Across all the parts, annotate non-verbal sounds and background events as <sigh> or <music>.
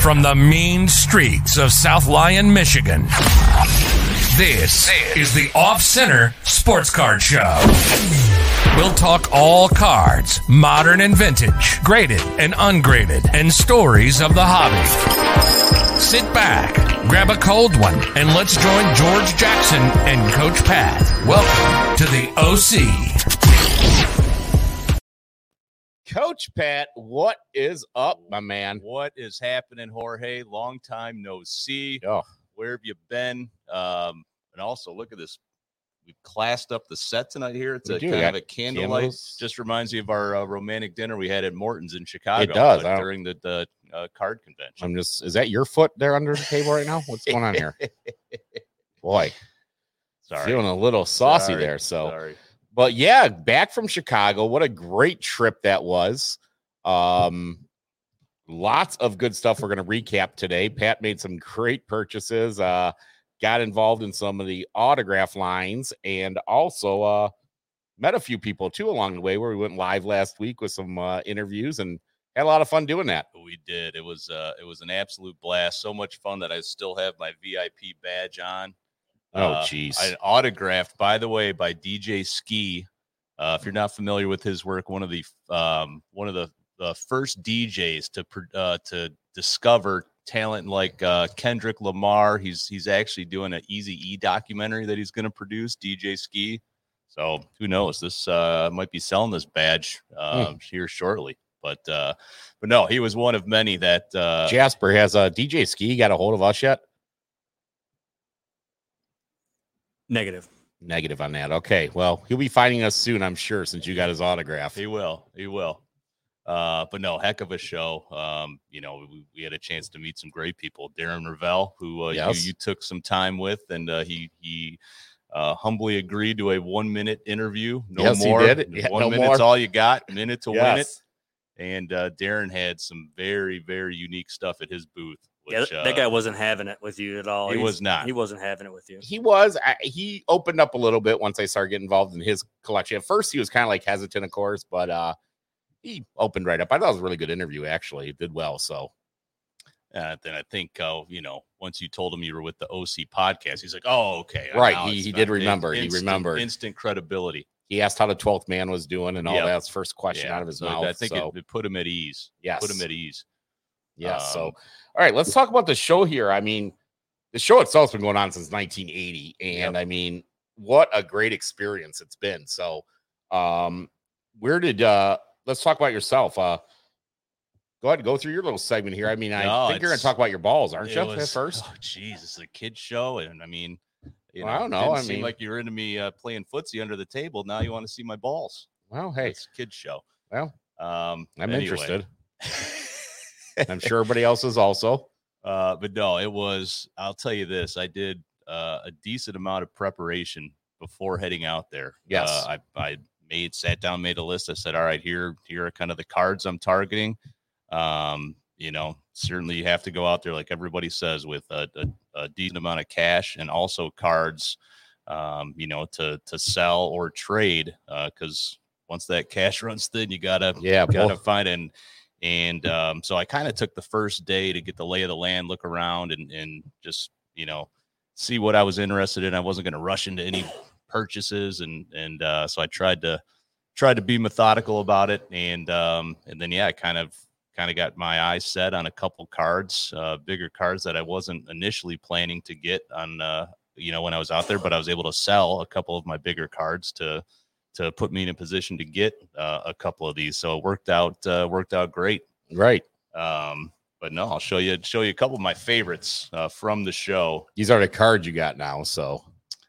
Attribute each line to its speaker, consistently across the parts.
Speaker 1: From the mean streets of South Lyon, Michigan. This is the Off Center Sports Card Show. We'll talk all cards, modern and vintage, graded and ungraded, and stories of the hobby. Sit back, grab a cold one, and let's join George Jackson and Coach Pat. Welcome to the OC.
Speaker 2: Coach Pat, what is up, my man?
Speaker 3: What is happening, Jorge? Long time no see.
Speaker 2: Oh,
Speaker 3: Where have you been? Um, and also, look at this. We've classed up the set tonight here. It's
Speaker 2: We
Speaker 3: a
Speaker 2: do.
Speaker 3: kind
Speaker 2: Got
Speaker 3: of a candlelight.
Speaker 2: candles.
Speaker 3: Just reminds me of our uh, romantic dinner we had at Morton's in Chicago.
Speaker 2: does.
Speaker 3: but
Speaker 2: I don't-
Speaker 3: during the, the uh, card convention.
Speaker 2: I'm just, is that your foot there under the table right now? What's going on
Speaker 3: <laughs>
Speaker 2: here? Boy,
Speaker 3: Sorry.
Speaker 2: feeling a little saucy
Speaker 3: Sorry.
Speaker 2: there. So,
Speaker 3: Sorry.
Speaker 2: but yeah, back from Chicago. What a great trip that was. Um, lots of good stuff we're going to recap today. Pat made some great purchases, uh, got involved in some of the autograph lines, and also uh, met a few people too along the way where we went live last week with some uh, interviews and had a lot of fun doing that.
Speaker 3: We did. It was uh, it was an absolute blast. So much fun that I still have my VIP badge on.
Speaker 2: Oh,
Speaker 3: Uh,
Speaker 2: jeez.
Speaker 3: an autograph, by the way, by DJ Ski. Uh, if you're not familiar with his work, one of the um, one of the, the first DJs to pr- uh, to discover talent like uh, Kendrick Lamar. He's he's actually doing an Easy E documentary that he's going to produce. DJ Ski. So who knows? This uh, might be selling this badge uh, here shortly. But uh, but no, he was one of many that uh,
Speaker 2: Jasper has uh, DJ Ski got a hold of us yet?
Speaker 4: Negative.
Speaker 2: Negative on that. Okay. Well, he'll be finding us soon, I'm sure, since you got his autograph.
Speaker 3: He will. He will. Uh, but no, heck of a show. Um, you know, we, we had a chance to meet some great people. Darren Ravel, who uh,
Speaker 2: Yes.
Speaker 3: you, you took some time with, and uh, he he uh, humbly agreed to a one minute interview. No
Speaker 2: Yes, he
Speaker 3: more.
Speaker 2: did. Yeah,
Speaker 3: one
Speaker 2: no
Speaker 3: minute's
Speaker 2: more.
Speaker 3: all you got. Minute to win it.
Speaker 2: Yes.
Speaker 3: And uh, Darren had some very very unique stuff at his booth. Which,
Speaker 4: Yeah, that,
Speaker 3: uh,
Speaker 4: that guy wasn't having it with you at all.
Speaker 3: He
Speaker 4: He's-
Speaker 3: was not.
Speaker 4: He wasn't having it with you.
Speaker 2: He was. I, he opened up a little bit once I started getting involved in his collection. At first, he was kind of like hesitant, of course, but uh, he opened right up. I thought it was a really good interview, actually. It did well. So,
Speaker 3: And then I think uh, you know, once you told him you were with the OC podcast, he's like, "Oh, okay,
Speaker 2: Right,
Speaker 3: now
Speaker 2: he-
Speaker 3: it's
Speaker 2: he
Speaker 3: not-
Speaker 2: did
Speaker 3: in-
Speaker 2: remember, he
Speaker 3: instant-
Speaker 2: remembered.
Speaker 3: instant credibility.
Speaker 2: he asked how the 12th man was doing and all
Speaker 3: Yep.
Speaker 2: that. His first question
Speaker 3: Yeah,
Speaker 2: out of his
Speaker 3: so
Speaker 2: mouth.
Speaker 3: I think
Speaker 2: so,
Speaker 3: it, it put him at ease.
Speaker 2: yes.
Speaker 3: Put him at ease.
Speaker 2: Yeah. so,
Speaker 3: Um,
Speaker 2: all right, let's talk about the show here. I mean, the show itself's been going on since 1980, and I mean, what a great experience it's been. So, um, where did uh, let's talk about yourself. Uh, go ahead, and go through your little segment here. I mean, I
Speaker 3: No,
Speaker 2: think you're gonna
Speaker 3: it's-
Speaker 2: talk about your balls, aren't
Speaker 3: It
Speaker 2: you? at
Speaker 3: was- <laughs>
Speaker 2: first,
Speaker 3: oh, jeez, it's a kid show, and I mean, you know,
Speaker 2: Well, I don't know,
Speaker 3: Didn't
Speaker 2: I
Speaker 3: seem
Speaker 2: mean-
Speaker 3: like you're into me uh, playing footsie under the table. Now you want to see my balls?
Speaker 2: well, hey,
Speaker 3: it's a kid show.
Speaker 2: well,
Speaker 3: Um,
Speaker 2: I'm
Speaker 3: anyway.
Speaker 2: interested.
Speaker 3: <laughs>
Speaker 2: I'm sure everybody else is also.
Speaker 3: Uh, but no, it was. I'll tell you this: I did uh, a decent amount of preparation before heading out there.
Speaker 2: Yes.
Speaker 3: uh, I, I made sat down, made a list. I said, "All right, here here are kind of the cards I'm targeting." Um, you know, certainly you have to go out there, like everybody says, with a, a, a decent amount of cash and also cards. Um, you know, to to sell or trade, because once that cash <laughs> runs thin, you gotta
Speaker 2: Yeah,
Speaker 3: got to
Speaker 2: both-
Speaker 3: find and and um, so I kind of took the first day to get the lay of the land, look around, and and just you know see what I was interested in. I wasn't going to rush into any purchases, and and uh, so I tried to tried to be methodical about it, and um, and then yeah, I kind of kind of got my eyes set on a couple cards, uh, bigger cards that I wasn't initially planning to get on uh, you know when I was out there, but I was able to sell a couple of my bigger cards to to put me in a position to get uh, a couple of these. So it worked out uh, worked out great.
Speaker 2: right.
Speaker 3: Um, but no, I'll show you show you a couple of my favorites uh, from the show.
Speaker 2: These are the cards you got now. So,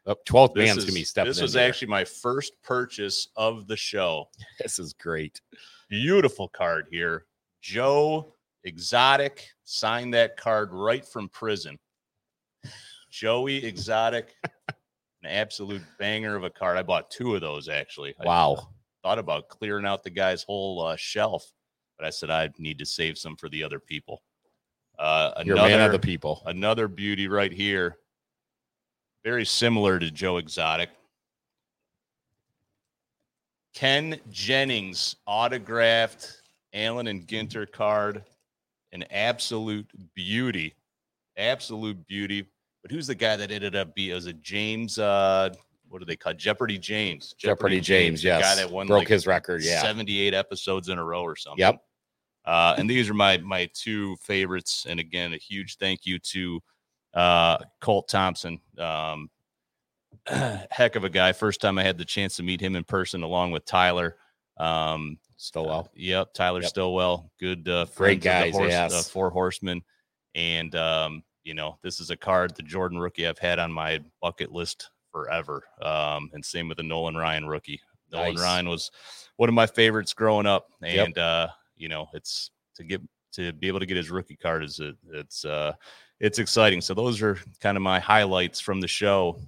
Speaker 2: oh, 12th
Speaker 3: This
Speaker 2: man's
Speaker 3: is-
Speaker 2: gonna be stepping.
Speaker 3: This
Speaker 2: in
Speaker 3: was
Speaker 2: here.
Speaker 3: actually my first purchase of the show.
Speaker 2: this is great.
Speaker 3: Beautiful card here, Joe Exotic signed that card right from prison. Joey Exotic, <laughs> an absolute banger of a card. I bought two of those actually. I
Speaker 2: Wow.
Speaker 3: thought about clearing out the guy's whole uh, shelf, but I said I need to save some for the other people. Uh,
Speaker 2: You're a man of
Speaker 3: another
Speaker 2: the people.
Speaker 3: another beauty right here, very similar to Joe Exotic. Ken Jennings autographed Allen and Ginter card, an absolute beauty, absolute beauty. But who's the guy that ended up being? Was it James? Uh, what do they call Jeopardy James?
Speaker 2: Jeopardy James,
Speaker 3: the
Speaker 2: yes.
Speaker 3: guy that won
Speaker 2: Broke
Speaker 3: like
Speaker 2: his record. Yeah.
Speaker 3: 78 episodes in a row or something.
Speaker 2: Yep.
Speaker 3: Uh, and these are my my two favorites. And again, a huge thank you to uh, Colt Thompson. Um, <clears throat> heck of a guy. First time I had the chance to meet him in person, along with Tyler. Um,
Speaker 2: Stillwell.
Speaker 3: uh, yep, Tyler
Speaker 2: Yep.
Speaker 3: Stillwell. Good, uh,
Speaker 2: Great
Speaker 3: friends of
Speaker 2: guys,
Speaker 3: The horse,
Speaker 2: yes.
Speaker 3: uh, four horsemen, and um, you know this is a card the Jordan rookie I've had on my bucket list forever. Um, and same with the Nolan Ryan rookie. Nolan
Speaker 2: Nice.
Speaker 3: Ryan was one of my favorites growing up,
Speaker 2: Yep.
Speaker 3: and uh, you know it's to get to be able to get his rookie card is a, it's uh, it's exciting. So those are kind of my highlights from the show.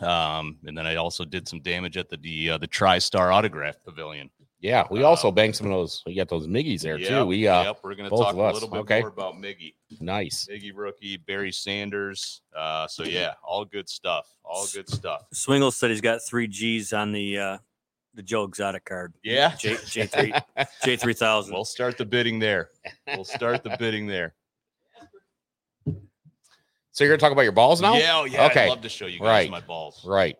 Speaker 3: Um, and then I also did some damage at the the, uh, the TriStar Autograph Pavilion.
Speaker 2: Yeah. We
Speaker 3: Uh,
Speaker 2: also banked some of those. We got those Miggies there too.
Speaker 3: Yep,
Speaker 2: We uh
Speaker 3: yep, we're gonna
Speaker 2: both
Speaker 3: talk
Speaker 2: of
Speaker 3: a
Speaker 2: us.
Speaker 3: little bit
Speaker 2: Okay.
Speaker 3: more about Miggy,
Speaker 2: nice.
Speaker 3: Miggy rookie, Barry Sanders. Uh, so yeah, all good stuff. All good stuff.
Speaker 4: Swingle said he's got three G's on the uh, the Joe Exotic card.
Speaker 3: <laughs> Yeah.
Speaker 4: J
Speaker 2: <laughs>
Speaker 3: <laughs>
Speaker 4: J three J three thousand.
Speaker 3: We'll start the bidding there. We'll start the bidding there.
Speaker 2: So you're gonna talk about your <laughs> balls now?
Speaker 3: Yeah, oh, yeah.
Speaker 2: Okay.
Speaker 3: I'd love to show you guys
Speaker 2: Right.
Speaker 3: my balls.
Speaker 2: Right.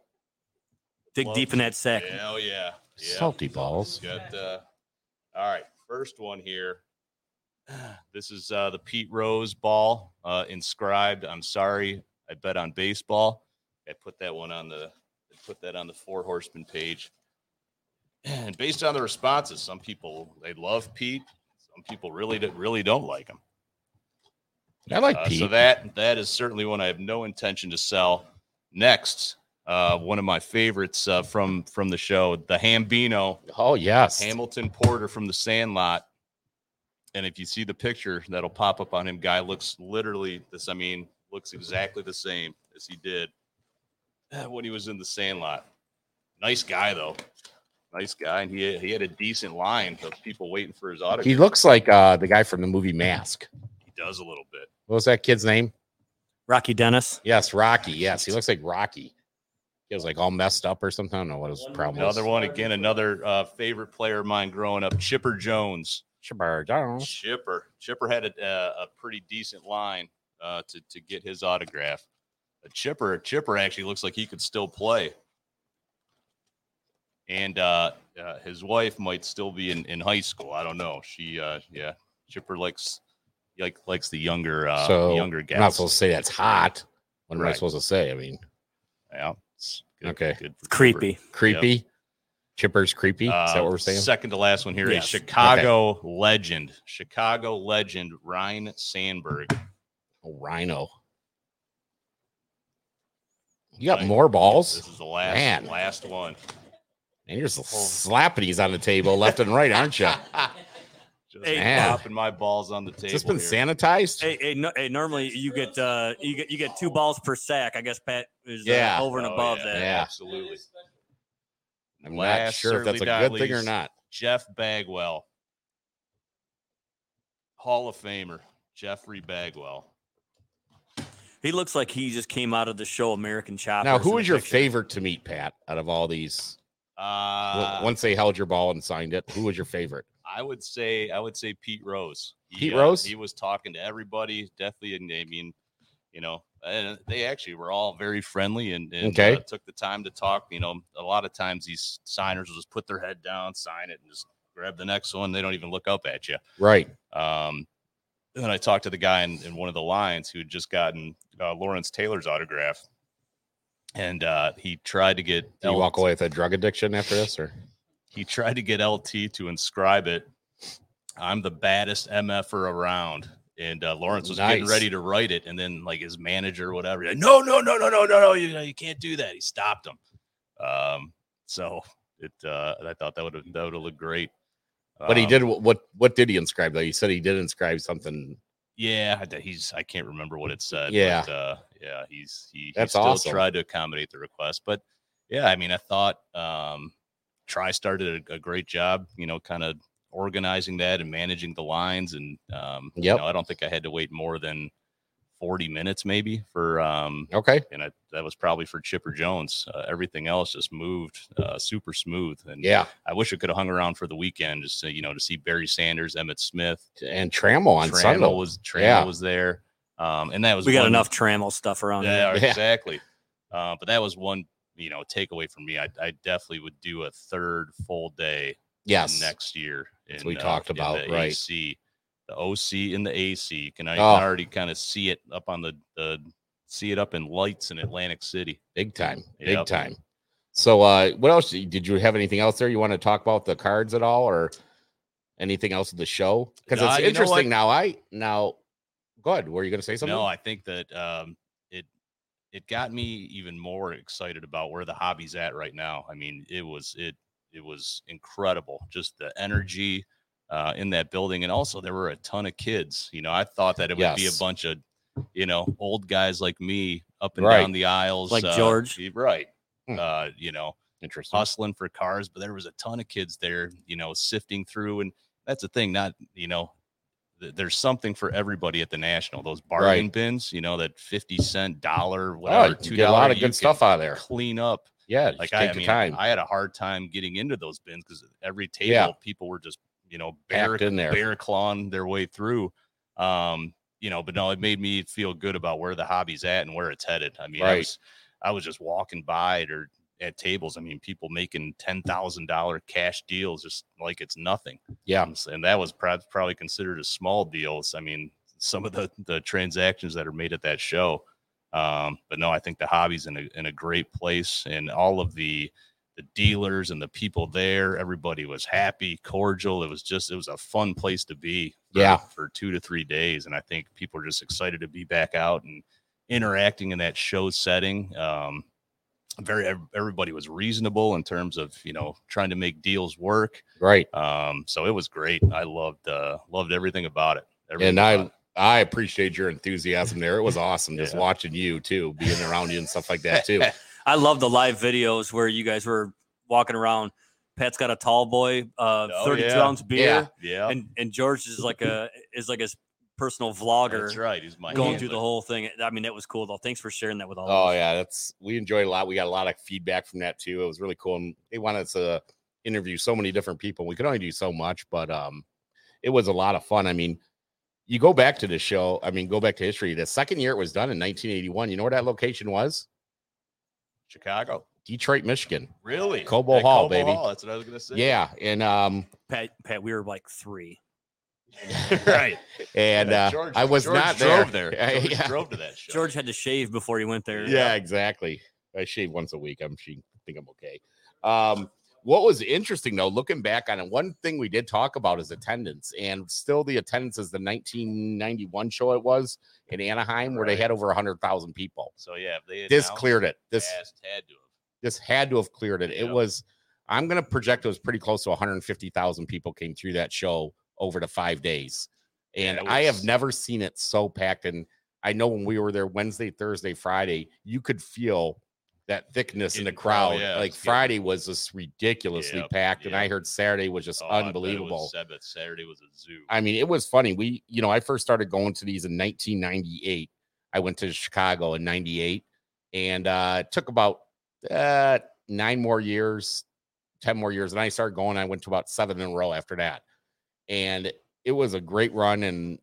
Speaker 4: Dig
Speaker 3: love
Speaker 4: deep in that sack.
Speaker 3: Yeah, oh, yeah. yeah.
Speaker 2: Salty balls.
Speaker 3: Got uh, all right. First one here. <sighs> This is uh, the Pete Rose ball uh, inscribed. I'm sorry, I bet on baseball. I put that one on the I put that on the Four Horsemen page. <clears throat> And based on the responses, some people they love Pete. Some people really do, really don't like him.
Speaker 2: I like
Speaker 3: Uh,
Speaker 2: Pete.
Speaker 3: so that that is certainly one I have no intention to sell. Next, uh, one of my favorites uh, from from the show, the Hambino.
Speaker 2: oh yes.
Speaker 3: Hamilton Porter from the Sandlot. And if you see the picture that'll pop up on him, guy looks literally this. I mean, looks exactly the same as he did uh, when he was in the Sandlot. Nice guy though, nice guy, and he he had a decent line of people waiting for his autograph.
Speaker 2: He looks like uh the guy from the movie Mask.
Speaker 3: He does a little bit.
Speaker 2: What was that kid's name?
Speaker 4: Rocky Dennis.
Speaker 2: Yes, Rocky. Yes, he looks like Rocky. He was like all messed up or something. I don't know what his problem was.
Speaker 3: Another one again, another uh, favorite player of mine growing up, Chipper Jones.
Speaker 2: Shabbar Jones.
Speaker 3: Chipper. Chipper had a, uh, a, a pretty decent line uh, to to get his autograph. A Chipper, Chipper actually looks like he could still play, and uh, uh, his wife might still be in, in high school. I don't know. She, uh, yeah, Chipper likes like likes the younger uh,
Speaker 2: so
Speaker 3: younger
Speaker 2: I'm not
Speaker 3: guys.
Speaker 2: supposed to say that's hot. What am I
Speaker 3: Right.
Speaker 2: supposed to say? I mean,
Speaker 3: yeah, it's good-
Speaker 2: Okay.
Speaker 3: good for Chipper.
Speaker 4: Creepy.
Speaker 2: creepy. Chipper's creepy. Is that
Speaker 3: Uh,
Speaker 2: what we're saying?
Speaker 3: Second to last one here, a
Speaker 4: Yes.
Speaker 3: Chicago legend, Chicago legend Ryan Sandberg.
Speaker 2: Oh, Rhino. You got
Speaker 3: Right.
Speaker 2: more balls,
Speaker 3: This is the last
Speaker 2: Man.
Speaker 3: last one.
Speaker 2: and you're slapping these on the table left and right, aren't
Speaker 3: <laughs>
Speaker 2: you?
Speaker 3: Just
Speaker 4: Hey,
Speaker 2: Man.
Speaker 3: popping my balls on the table.
Speaker 2: Has this been
Speaker 3: here.
Speaker 2: sanitized?
Speaker 4: Hey, hey, no, hey, normally you get uh you get you get two balls per sack. I guess Pat is
Speaker 2: Yeah.
Speaker 4: uh, over and
Speaker 3: Oh,
Speaker 4: above
Speaker 3: yeah.
Speaker 4: that.
Speaker 2: Yeah.
Speaker 3: Absolutely.
Speaker 2: I'm not
Speaker 3: last,
Speaker 2: sure if that's a
Speaker 3: certainly
Speaker 2: good
Speaker 3: not
Speaker 2: thing or
Speaker 3: least.
Speaker 2: not.
Speaker 3: Jeff Bagwell, Hall of Famer, Jeffrey Bagwell.
Speaker 4: He looks like he just came out of the show American Chopper.
Speaker 2: Now, who was your favorite to meet, Pat, out of all these?
Speaker 3: Uh,
Speaker 2: Once they held your ball and signed it, who was your favorite?
Speaker 3: I would say I would say Pete Rose. He,
Speaker 2: Pete
Speaker 3: uh,
Speaker 2: Rose?
Speaker 3: He was talking to everybody. Definitely, and I mean, you know, and they actually were all very friendly and, and
Speaker 2: Okay.
Speaker 3: uh, took the time to talk. You know, a lot of times these signers will just put their head down, sign it, and just grab the next one. They don't even look up at you.
Speaker 2: Right.
Speaker 3: Um, and I talked to the guy in, in one of the lines who had just gotten uh, Lawrence Taylor's autograph, and uh, he tried to get
Speaker 2: Did you
Speaker 3: LT
Speaker 2: walk away with a drug addiction after this, or
Speaker 3: he tried to get LT to inscribe it. I'm the baddest MFer around. And uh, Lawrence was getting
Speaker 2: Nice.
Speaker 3: ready to write it. And then, like, his manager or whatever, like, no, no, no, no, no, no, no, you, know, you can't do that. He stopped him. Um, so it, uh, I thought that would have, that would have looked great.
Speaker 2: But he
Speaker 3: Um,
Speaker 2: did what? What did he inscribe though? You said he did inscribe something.
Speaker 3: Yeah, I d- he's. I can't remember what it said.
Speaker 2: Yeah.
Speaker 3: but, uh, yeah. He's. He, he
Speaker 2: That's
Speaker 3: still
Speaker 2: awesome.
Speaker 3: tried to accommodate the request, but yeah, I mean, I thought um, Tri started a, a great job. You know, kind of organizing that and managing the lines, and um, you
Speaker 2: Yep.
Speaker 3: know, I don't think I had to wait more than 40 minutes maybe for um,
Speaker 2: Okay.
Speaker 3: and I, that was probably for Chipper Jones. Uh, everything else just moved uh, super smooth, and
Speaker 2: Yeah.
Speaker 3: I wish I could have hung around for the weekend just to, you know to see Barry Sanders, Emmett Smith,
Speaker 2: And Trammell on
Speaker 3: Trammell
Speaker 2: Sunday.
Speaker 3: was Trammell
Speaker 2: Yeah.
Speaker 3: was there, um, and that was
Speaker 4: We got
Speaker 3: one-
Speaker 4: enough trammel stuff around here.
Speaker 3: Yeah,
Speaker 2: Yeah.
Speaker 3: exactly. Uh, but that was one you know takeaway from me. I, I definitely would do a third full day
Speaker 2: yes.
Speaker 3: next year. In, uh,
Speaker 2: we taled
Speaker 3: in
Speaker 2: about,
Speaker 3: the
Speaker 2: right.
Speaker 3: AC, the OC and the AC. You can, I
Speaker 2: Oh.
Speaker 3: can already kind of see it up on the, the see it up in lights in Atlantic City.
Speaker 2: Big time. Big
Speaker 3: Yep.
Speaker 2: time. So uh what else did you have anything else there you want to talk about the cards at all or anything else of the show? Because
Speaker 3: Nah,
Speaker 2: it's
Speaker 3: you know what?
Speaker 2: interesting now. I now go ahead. Were you gonna say something?
Speaker 3: No, I think that um, it it got me even more excited about where the hobby's at right now. I mean, it was it it was incredible, just the energy uh, in that building, and also there were a ton of kids. You know, I thought that it would be
Speaker 2: Yes.
Speaker 3: a bunch of you know old guys like me up and
Speaker 2: Right.
Speaker 3: down the aisles, uh,
Speaker 4: Like George.
Speaker 3: y- right?
Speaker 2: Hmm.
Speaker 3: Uh, you know,
Speaker 2: interesting.
Speaker 3: hustling for cars, but there was a ton of kids there, you know, sifting through. And that's the thing, not, you know, th- there's something for everybody at the National. Those bargain
Speaker 2: Right.
Speaker 3: bins, you know, that 50 cent, dollar,
Speaker 2: Oh,
Speaker 3: whatever,
Speaker 2: you
Speaker 3: two
Speaker 2: get a lot
Speaker 3: dollar.
Speaker 2: of
Speaker 3: you
Speaker 2: good
Speaker 3: can
Speaker 2: stuff out of there.
Speaker 3: Clean up.
Speaker 2: Yeah, just
Speaker 3: Like
Speaker 2: take
Speaker 3: I, I
Speaker 2: your
Speaker 3: mean,
Speaker 2: time.
Speaker 3: I had a hard time getting into those bins because every table,
Speaker 2: Yeah.
Speaker 3: people were just, you know, bear,
Speaker 2: Packed in there.
Speaker 3: bear clawing their way through. Um, you know, but no, it made me feel good about where the hobby's at and where it's headed. I mean, I
Speaker 2: Right.
Speaker 3: was I was just walking by or at tables. I mean, people making ten thousand dollar cash deals just like it's nothing.
Speaker 2: yeah.
Speaker 3: Um, And that was prob- probably considered a small deals. I mean, some of the the transactions that are made at that show. Um, but no, I think the hobby's in a in a great place, and all of the the dealers and the people there, everybody was happy, cordial. It was just it was a fun place to be. for-
Speaker 2: Yeah.
Speaker 3: for two to three days, and I think people are just excited to be back out and interacting in that show setting. Um, very ev- everybody was reasonable in terms of you know trying to make deals work.
Speaker 2: Right.
Speaker 3: Um, so it was great. I loved uh loved everything about it. Everything
Speaker 2: And I
Speaker 3: about
Speaker 2: I appreciate your enthusiasm there. It was awesome just
Speaker 3: Yeah.
Speaker 2: watching you too, being around you and stuff like that
Speaker 3: <laughs>
Speaker 2: too.
Speaker 4: I love the live videos where you guys were walking around. Pat's got a tall boy, uh,
Speaker 3: Oh,
Speaker 4: 32
Speaker 3: yeah.
Speaker 4: ounce beer,
Speaker 3: it. yeah,
Speaker 4: and and George is like a is like his personal vlogger
Speaker 3: that's right. He's my
Speaker 4: going
Speaker 3: handler.
Speaker 4: through the whole thing. I mean, that was cool though. Thanks for sharing that with all.
Speaker 2: Oh
Speaker 3: Um,
Speaker 4: of us.
Speaker 2: yeah, that's we enjoyed a lot. We got a lot of feedback from that too. It was really cool, and they wanted us to interview so many different people. We could only do so much, but um, it was a lot of fun. I mean, you go back to the show. I mean, go back to history. The second year it was done in 1981. You know where that location was?
Speaker 3: Chicago.
Speaker 2: Detroit, Michigan.
Speaker 3: Really,
Speaker 2: Cobo
Speaker 3: At
Speaker 2: Hall, baby.
Speaker 3: That's what I was gonna say.
Speaker 2: Yeah, <laughs> and um,
Speaker 4: Pat, Pat, we were like three.
Speaker 3: <laughs> right.
Speaker 2: and
Speaker 3: Yeah,
Speaker 2: uh,
Speaker 3: George-
Speaker 2: I was
Speaker 3: George
Speaker 2: not there.
Speaker 3: drove
Speaker 2: <laughs>
Speaker 3: there.
Speaker 2: Yeah,
Speaker 3: George
Speaker 2: yeah.
Speaker 3: drove to that show.
Speaker 4: George had to shave before he went there.
Speaker 2: <laughs> Yeah, exactly. I shave once a week. I'm she think I'm okay. Um, what was interesting though, looking back on it, one thing we did talk about is attendance, and still the attendance is the 1991 show it was in Anaheim where they had over 100,000 people.
Speaker 3: So yeah, if they had
Speaker 2: This
Speaker 3: announced
Speaker 2: cleared it. This
Speaker 3: fast, had to have.
Speaker 2: this had to have cleared it. It
Speaker 3: Yep.
Speaker 2: was I'm gonna project it was pretty close to 150,000 people came through that show over the five days, and
Speaker 3: Yeah, it
Speaker 2: I have
Speaker 3: was-
Speaker 2: never seen it so packed. And I know when we were there Wednesday, Thursday, Friday, you could feel that thickness in the
Speaker 3: Getting- oh, yeah,
Speaker 2: crowd. like
Speaker 3: it was getting-
Speaker 2: Friday was just ridiculously
Speaker 3: Yep,
Speaker 2: packed, and I
Speaker 3: yep.
Speaker 2: heard Saturday was just
Speaker 3: Oh, I bet it was
Speaker 2: unbelievable.
Speaker 3: Sabbath. Saturday was a zoo.
Speaker 2: I mean, it was funny. We, you know, I first started going to these in 1998. I went to Chicago in 98 and uh, it took about uh, nine more years, 10 more years. And I started going, I went to about seven in a row after that. And it was a great run. And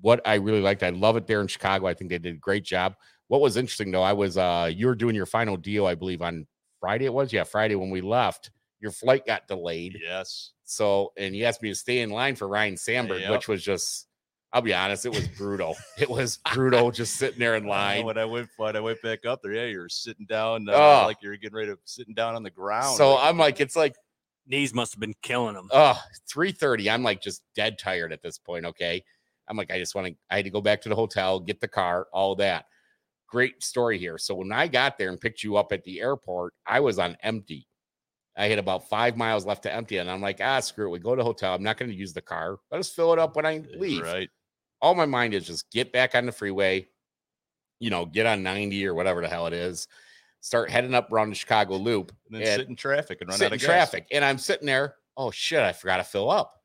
Speaker 2: what I really liked, I love it there in Chicago. I think they did a great job. What was interesting though, I was, uh, you were doing your final deal, I believe, on Friday it was. Yeah, Friday when we left, your flight got delayed.
Speaker 3: yes.
Speaker 2: So, and you asked me to stay in line for Ryan Sandberg,
Speaker 3: Yep.
Speaker 2: which was just, I'll be honest, it was
Speaker 3: <laughs>
Speaker 2: brutal. it was brutal just sitting there in
Speaker 3: Uh,
Speaker 2: line.
Speaker 3: when I went when I went back up there, yeah, you were sitting down uh,
Speaker 2: Oh.
Speaker 3: like you're getting ready to sitting down on the ground.
Speaker 2: So I'm like, it's like,
Speaker 4: knees must have been killing him.
Speaker 2: oh, 3.30. I'm like just dead tired at this point. Okay. I'm like, I just want to, I had to go back to the hotel, get the car, all that. Great story here. So when I got there and picked you up at the airport, I was on empty. I had about five miles left to empty. And I'm like, ah, screw it. We go to the hotel. I'm not going to use the car. Let us fill it up when I leave.
Speaker 3: right.
Speaker 2: all my mind is just get back on the freeway, you know, get on 90 or whatever the hell it is, start heading up around the Chicago loop,
Speaker 3: And then
Speaker 2: Yeah.
Speaker 3: sit in traffic and run
Speaker 2: sit
Speaker 3: out
Speaker 2: in
Speaker 3: of gas.
Speaker 2: traffic. And I'm sitting there, oh shit, I forgot to fill up.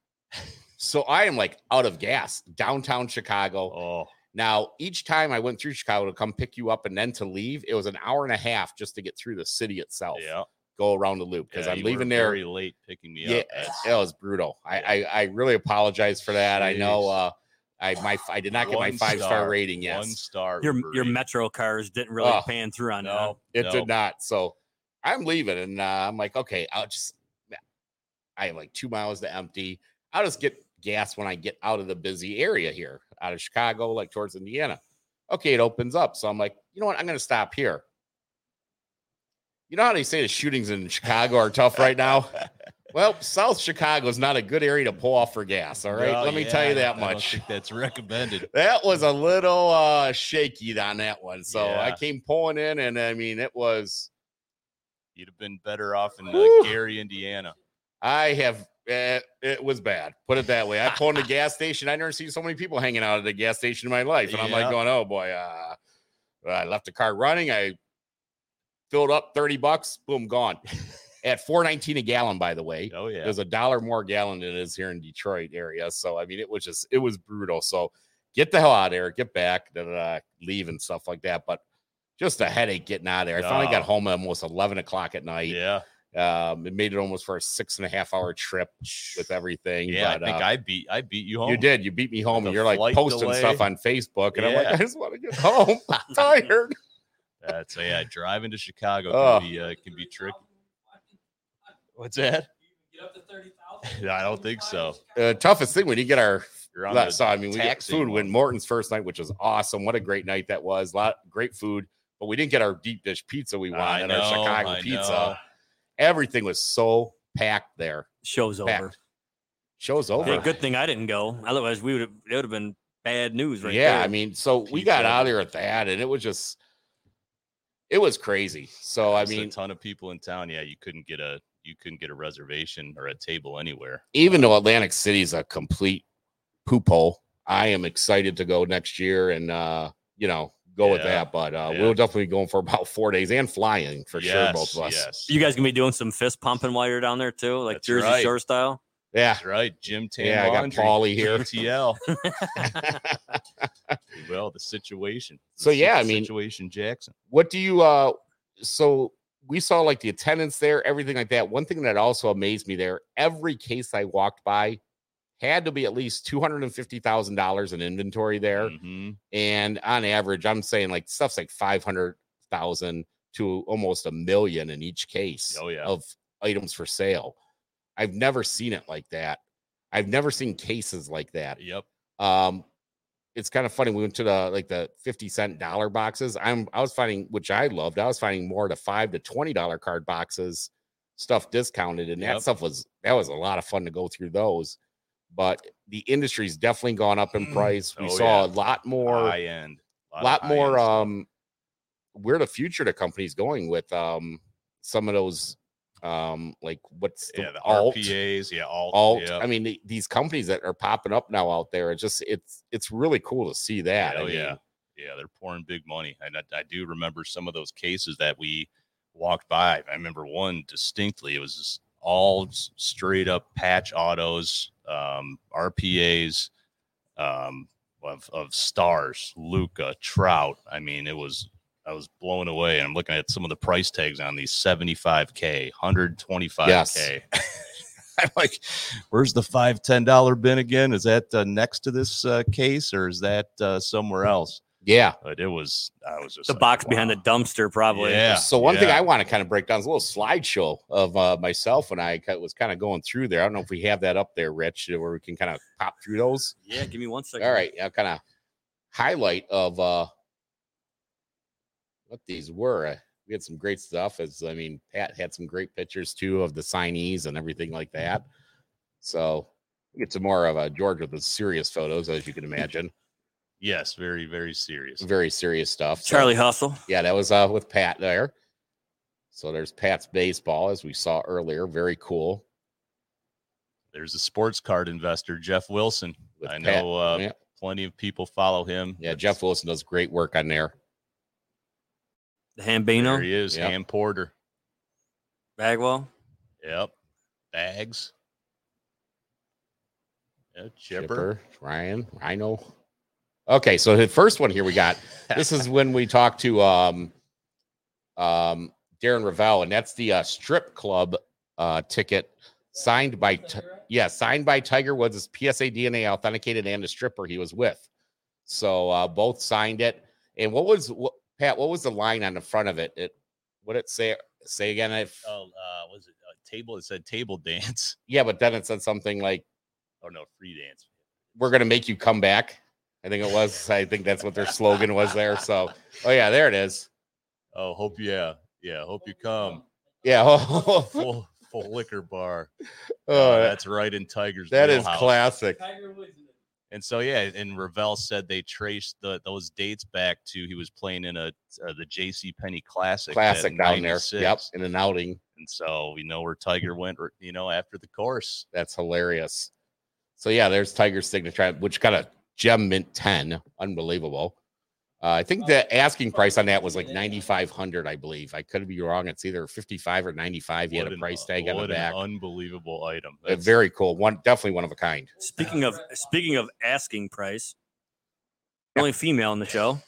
Speaker 2: so I am like out of gas downtown Chicago.
Speaker 3: Oh,
Speaker 2: Now, each time I went through Chicago to come pick you up and then to leave, it was an hour and a half just to get through the city itself.
Speaker 3: Yeah,
Speaker 2: Go around the loop because
Speaker 3: yeah,
Speaker 2: Oh, I'm
Speaker 3: you were
Speaker 2: leaving there.
Speaker 3: very late picking me
Speaker 2: yeah,
Speaker 3: up. That's-
Speaker 2: it was brutal. I, I I really apologize for that. I know.
Speaker 3: Jeez.
Speaker 2: uh I my I did not get my
Speaker 3: One
Speaker 2: five star
Speaker 3: star.
Speaker 2: rating. Yes,
Speaker 3: One star.
Speaker 4: Your your
Speaker 3: Bree.
Speaker 4: metro cars didn't really
Speaker 2: Oh,
Speaker 4: pan through on uh, that.
Speaker 3: No,
Speaker 2: It
Speaker 3: no.
Speaker 2: did not. So I'm leaving, and uh, I'm like, okay, I'll just. I have like two miles to empty. I'll just get gas when I get out of the busy area here, out of Chicago, like towards Indiana. Okay, it opens up, so I'm like, you know what? I'm going to stop here. You know how they say the shootings in Chicago are tough right
Speaker 3: <laughs>
Speaker 2: now. Well, South Chicago is not a good area to pull off for gas. All right,
Speaker 3: Well,
Speaker 2: let me
Speaker 3: yeah,
Speaker 2: tell
Speaker 3: I
Speaker 2: you
Speaker 3: don't-
Speaker 2: that
Speaker 3: I don't
Speaker 2: much.
Speaker 3: think that's recommended.
Speaker 2: <laughs> that was a little uh shaky on that one. So I
Speaker 3: Yeah.
Speaker 2: came pulling in, and I mean, it was
Speaker 3: You'd have been better off in uh,
Speaker 2: Whew.
Speaker 3: Gary, Indiana.
Speaker 2: I have. eh, it was bad. Put it that way. I pulled in a gas station. I never seen so many people hanging out at a gas station in my life, and I'm like
Speaker 3: Yeah.
Speaker 2: going, "Oh boy!" Uh, I left the car running. I filled up thirty bucks. Boom, gone. at four nineteen a gallon, by the way.
Speaker 3: Oh yeah.
Speaker 2: There's a dollar more a gallon than it is here in Detroit area. So I mean, it was just it was brutal. So get the hell out of there, get back, da, da, da, leave and stuff like that. But just a headache getting out of there. I finally got
Speaker 3: Oh.
Speaker 2: home at almost eleven o'clock at night.
Speaker 3: Yeah.
Speaker 2: Um, it made it almost for a six and a half hour trip with everything.
Speaker 3: Yeah.
Speaker 2: but,
Speaker 3: I think
Speaker 2: uh,
Speaker 3: I beat I beat you home.
Speaker 2: you did. You beat me home,
Speaker 3: the
Speaker 2: and you're like
Speaker 3: flight
Speaker 2: posting
Speaker 3: delay.
Speaker 2: stuff on Facebook, and I'm like,
Speaker 3: Yeah.
Speaker 2: I just want to get home. <laughs> I'm
Speaker 3: <laughs>
Speaker 2: tired.
Speaker 3: That's yeah. Driving to Chicago
Speaker 2: Oh.
Speaker 3: can be uh, can be tricky. What's that? <laughs> I don't think so.
Speaker 2: Uh, toughest thing when you get our.
Speaker 3: You're on the-
Speaker 2: so I mean, we got
Speaker 3: taxi
Speaker 2: food. When
Speaker 3: one.
Speaker 2: Morton's first night, which was awesome. What a great night that was. lot great food, but we didn't get our deep dish pizza we
Speaker 3: I
Speaker 2: wanted. our
Speaker 3: know,
Speaker 2: Chicago
Speaker 3: I
Speaker 2: pizza.
Speaker 3: know.
Speaker 2: Everything was so packed there.
Speaker 4: Show's over.
Speaker 2: Packed. Show's over.
Speaker 4: Hey, good thing I didn't go. Otherwise, we would have it would have been bad news right
Speaker 2: yeah,
Speaker 4: there.
Speaker 2: I mean, so we got
Speaker 3: Pizza.
Speaker 2: out of there at that, and it was just, it was crazy. So I
Speaker 3: There's a
Speaker 2: mean,
Speaker 3: ton of people in town. Yeah, you couldn't get a you couldn't get a reservation or a table anywhere.
Speaker 2: even though Atlantic City's a complete poop hole, I am excited to go next year and uh, you know go with
Speaker 3: Yeah,
Speaker 2: that. But uh,
Speaker 3: yeah.
Speaker 2: we'll definitely be going for about four days and flying for sure,
Speaker 3: Yes,
Speaker 2: both of us.
Speaker 3: Yes.
Speaker 4: you guys gonna be doing some fist pumping while you're down there too, like
Speaker 3: That's
Speaker 4: Jersey
Speaker 3: right.
Speaker 4: Shore style.
Speaker 2: Yeah,
Speaker 3: That's right. Jim Tan
Speaker 2: Yeah, I got
Speaker 3: Laundry,
Speaker 2: Paulie here.
Speaker 3: GTL.
Speaker 2: <laughs>
Speaker 3: well, the situation.
Speaker 2: So,
Speaker 3: The
Speaker 2: yeah,
Speaker 3: sit-
Speaker 2: I mean-
Speaker 3: situation Jackson.
Speaker 2: what do you uh so we saw like the attendance there everything like that one thing that also amazed me there every case i walked by had to be at least $250000 in inventory there
Speaker 3: Mhm.
Speaker 2: and on average i'm saying like stuff's like 500000 to almost a million in each case
Speaker 3: Oh, yeah.
Speaker 2: of items for sale i've never seen it like that i've never seen cases like that
Speaker 3: Yep.
Speaker 2: um it's kind of funny we went to the like the 50 cent dollar boxes i'm i was finding which i loved i was finding more to five to 20 dollar card boxes stuff discounted and that
Speaker 3: Yep.
Speaker 2: stuff was that was a lot of fun to go through those but the industry's definitely gone up in price we
Speaker 3: Oh,
Speaker 2: saw a
Speaker 3: yeah. Ah,
Speaker 2: lot more
Speaker 3: high end.
Speaker 2: a
Speaker 3: of
Speaker 2: lot
Speaker 3: high-end
Speaker 2: more
Speaker 3: stuff.
Speaker 2: um where the future the company's going with um some of those um like what's
Speaker 3: yeah, the
Speaker 2: alt?
Speaker 3: RPAs. Yeah, alt.
Speaker 2: alt.
Speaker 3: yeah.
Speaker 2: I mean, the- these companies that are popping up now out there. It's just it's it's really cool to see that. I
Speaker 3: Oh
Speaker 2: mean,
Speaker 3: yeah, yeah, they're pouring big money, and I, I do remember some of those cases that we walked by. I remember one distinctly. It was just all s- straight up patch autos, um, RPAs, um, of of stars, Luca, Trout. I mean, it was. I was blown away, and I'm looking at some of the price tags on these 75k, 125k. <laughs> I'm like, where's the five ten dollar bin again? Is that uh, next to this uh, case, or is that uh, somewhere else?
Speaker 2: yeah.
Speaker 3: But it was, I was just
Speaker 4: The
Speaker 3: like,
Speaker 4: box behind the
Speaker 3: wow.
Speaker 4: dumpster, probably.
Speaker 3: Yeah,
Speaker 2: So one thing
Speaker 3: yeah.
Speaker 2: I want to kind of break down is a little slideshow of uh, myself and I ki- was kind of going through there. I don't know if we have that up there, Rich, where we can kind of pop through those.
Speaker 4: Yeah, give me one second.
Speaker 2: All right, I'll kind of highlight of uh what these were. Uh, We had some great stuff. As I mean, Pat had some great pictures too of the signees and everything like
Speaker 3: Mm-hmm.
Speaker 2: that. So we get some more of uh, George with the serious photos, as you can imagine.
Speaker 3: yes, very very serious.
Speaker 2: Very serious stuff. So,
Speaker 4: Charlie Hustle.
Speaker 2: yeah, that was uh with Pat there. So there's Pat's baseball, as we saw earlier. Very cool.
Speaker 3: There's a sports card investor, Jeff Wilson.
Speaker 2: With
Speaker 3: I
Speaker 2: Pat.
Speaker 3: know uh,
Speaker 2: Yeah.
Speaker 3: plenty of people follow him.
Speaker 2: Yeah,
Speaker 3: That's-
Speaker 2: Jeff Wilson does great work on there.
Speaker 4: The
Speaker 3: There
Speaker 4: Hambino.
Speaker 3: he is,
Speaker 2: Yep.
Speaker 3: Ham Porter.
Speaker 4: Bagwell.
Speaker 3: Yep, bags. Yeah, Chipper. <laughs>
Speaker 2: Chipper, Ryan, Rhino. Okay, so the first one here we got. This is when we talked to um, um, Darren Ravel, and that's the uh, strip club uh, ticket signed by Ti- yeah, signed by Tiger Woods' his PSA DNA authenticated and a stripper he was with. So uh, both signed it. And what was what, Pat? What was the line on the front of it? It what it say say again? If,
Speaker 3: Oh, uh, was it a table? It said table <laughs> dance.
Speaker 2: yeah, but then it said something like
Speaker 3: Oh no, free dance.
Speaker 2: we're gonna make you come back. I think it was. I think that's what their slogan was there. So, oh yeah, there it is.
Speaker 3: Oh, hope yeah, yeah. Hope you come.
Speaker 2: Yeah. <laughs> Oh,
Speaker 3: Full full
Speaker 2: <laughs>
Speaker 3: liquor bar. Oh,
Speaker 2: that-
Speaker 3: that's right in Tiger's.
Speaker 2: that is
Speaker 3: wheelhouse.
Speaker 2: classic.
Speaker 3: And so yeah, and Ravel said they traced the those dates back to he was playing in a uh, the J.C. Penney Classic. that
Speaker 2: Classic down there.
Speaker 3: 96.
Speaker 2: Yep. In an outing.
Speaker 3: And so we know where Tiger went, or, you know, after the course.
Speaker 2: That's hilarious. So yeah, there's Tiger's signature, which got a gem mint ten. Unbelievable. Uh, I think the asking price on that was like ninety five hundred, I believe. I could be wrong. It's either fifty five or ninety five. You had
Speaker 3: What
Speaker 2: a
Speaker 3: an-
Speaker 2: price tag on
Speaker 3: what
Speaker 2: the
Speaker 3: an
Speaker 2: back.
Speaker 3: unbelievable item.
Speaker 2: Uh, Very cool. One definitely one of a kind.
Speaker 4: Speaking of speaking of asking price, only female in the show.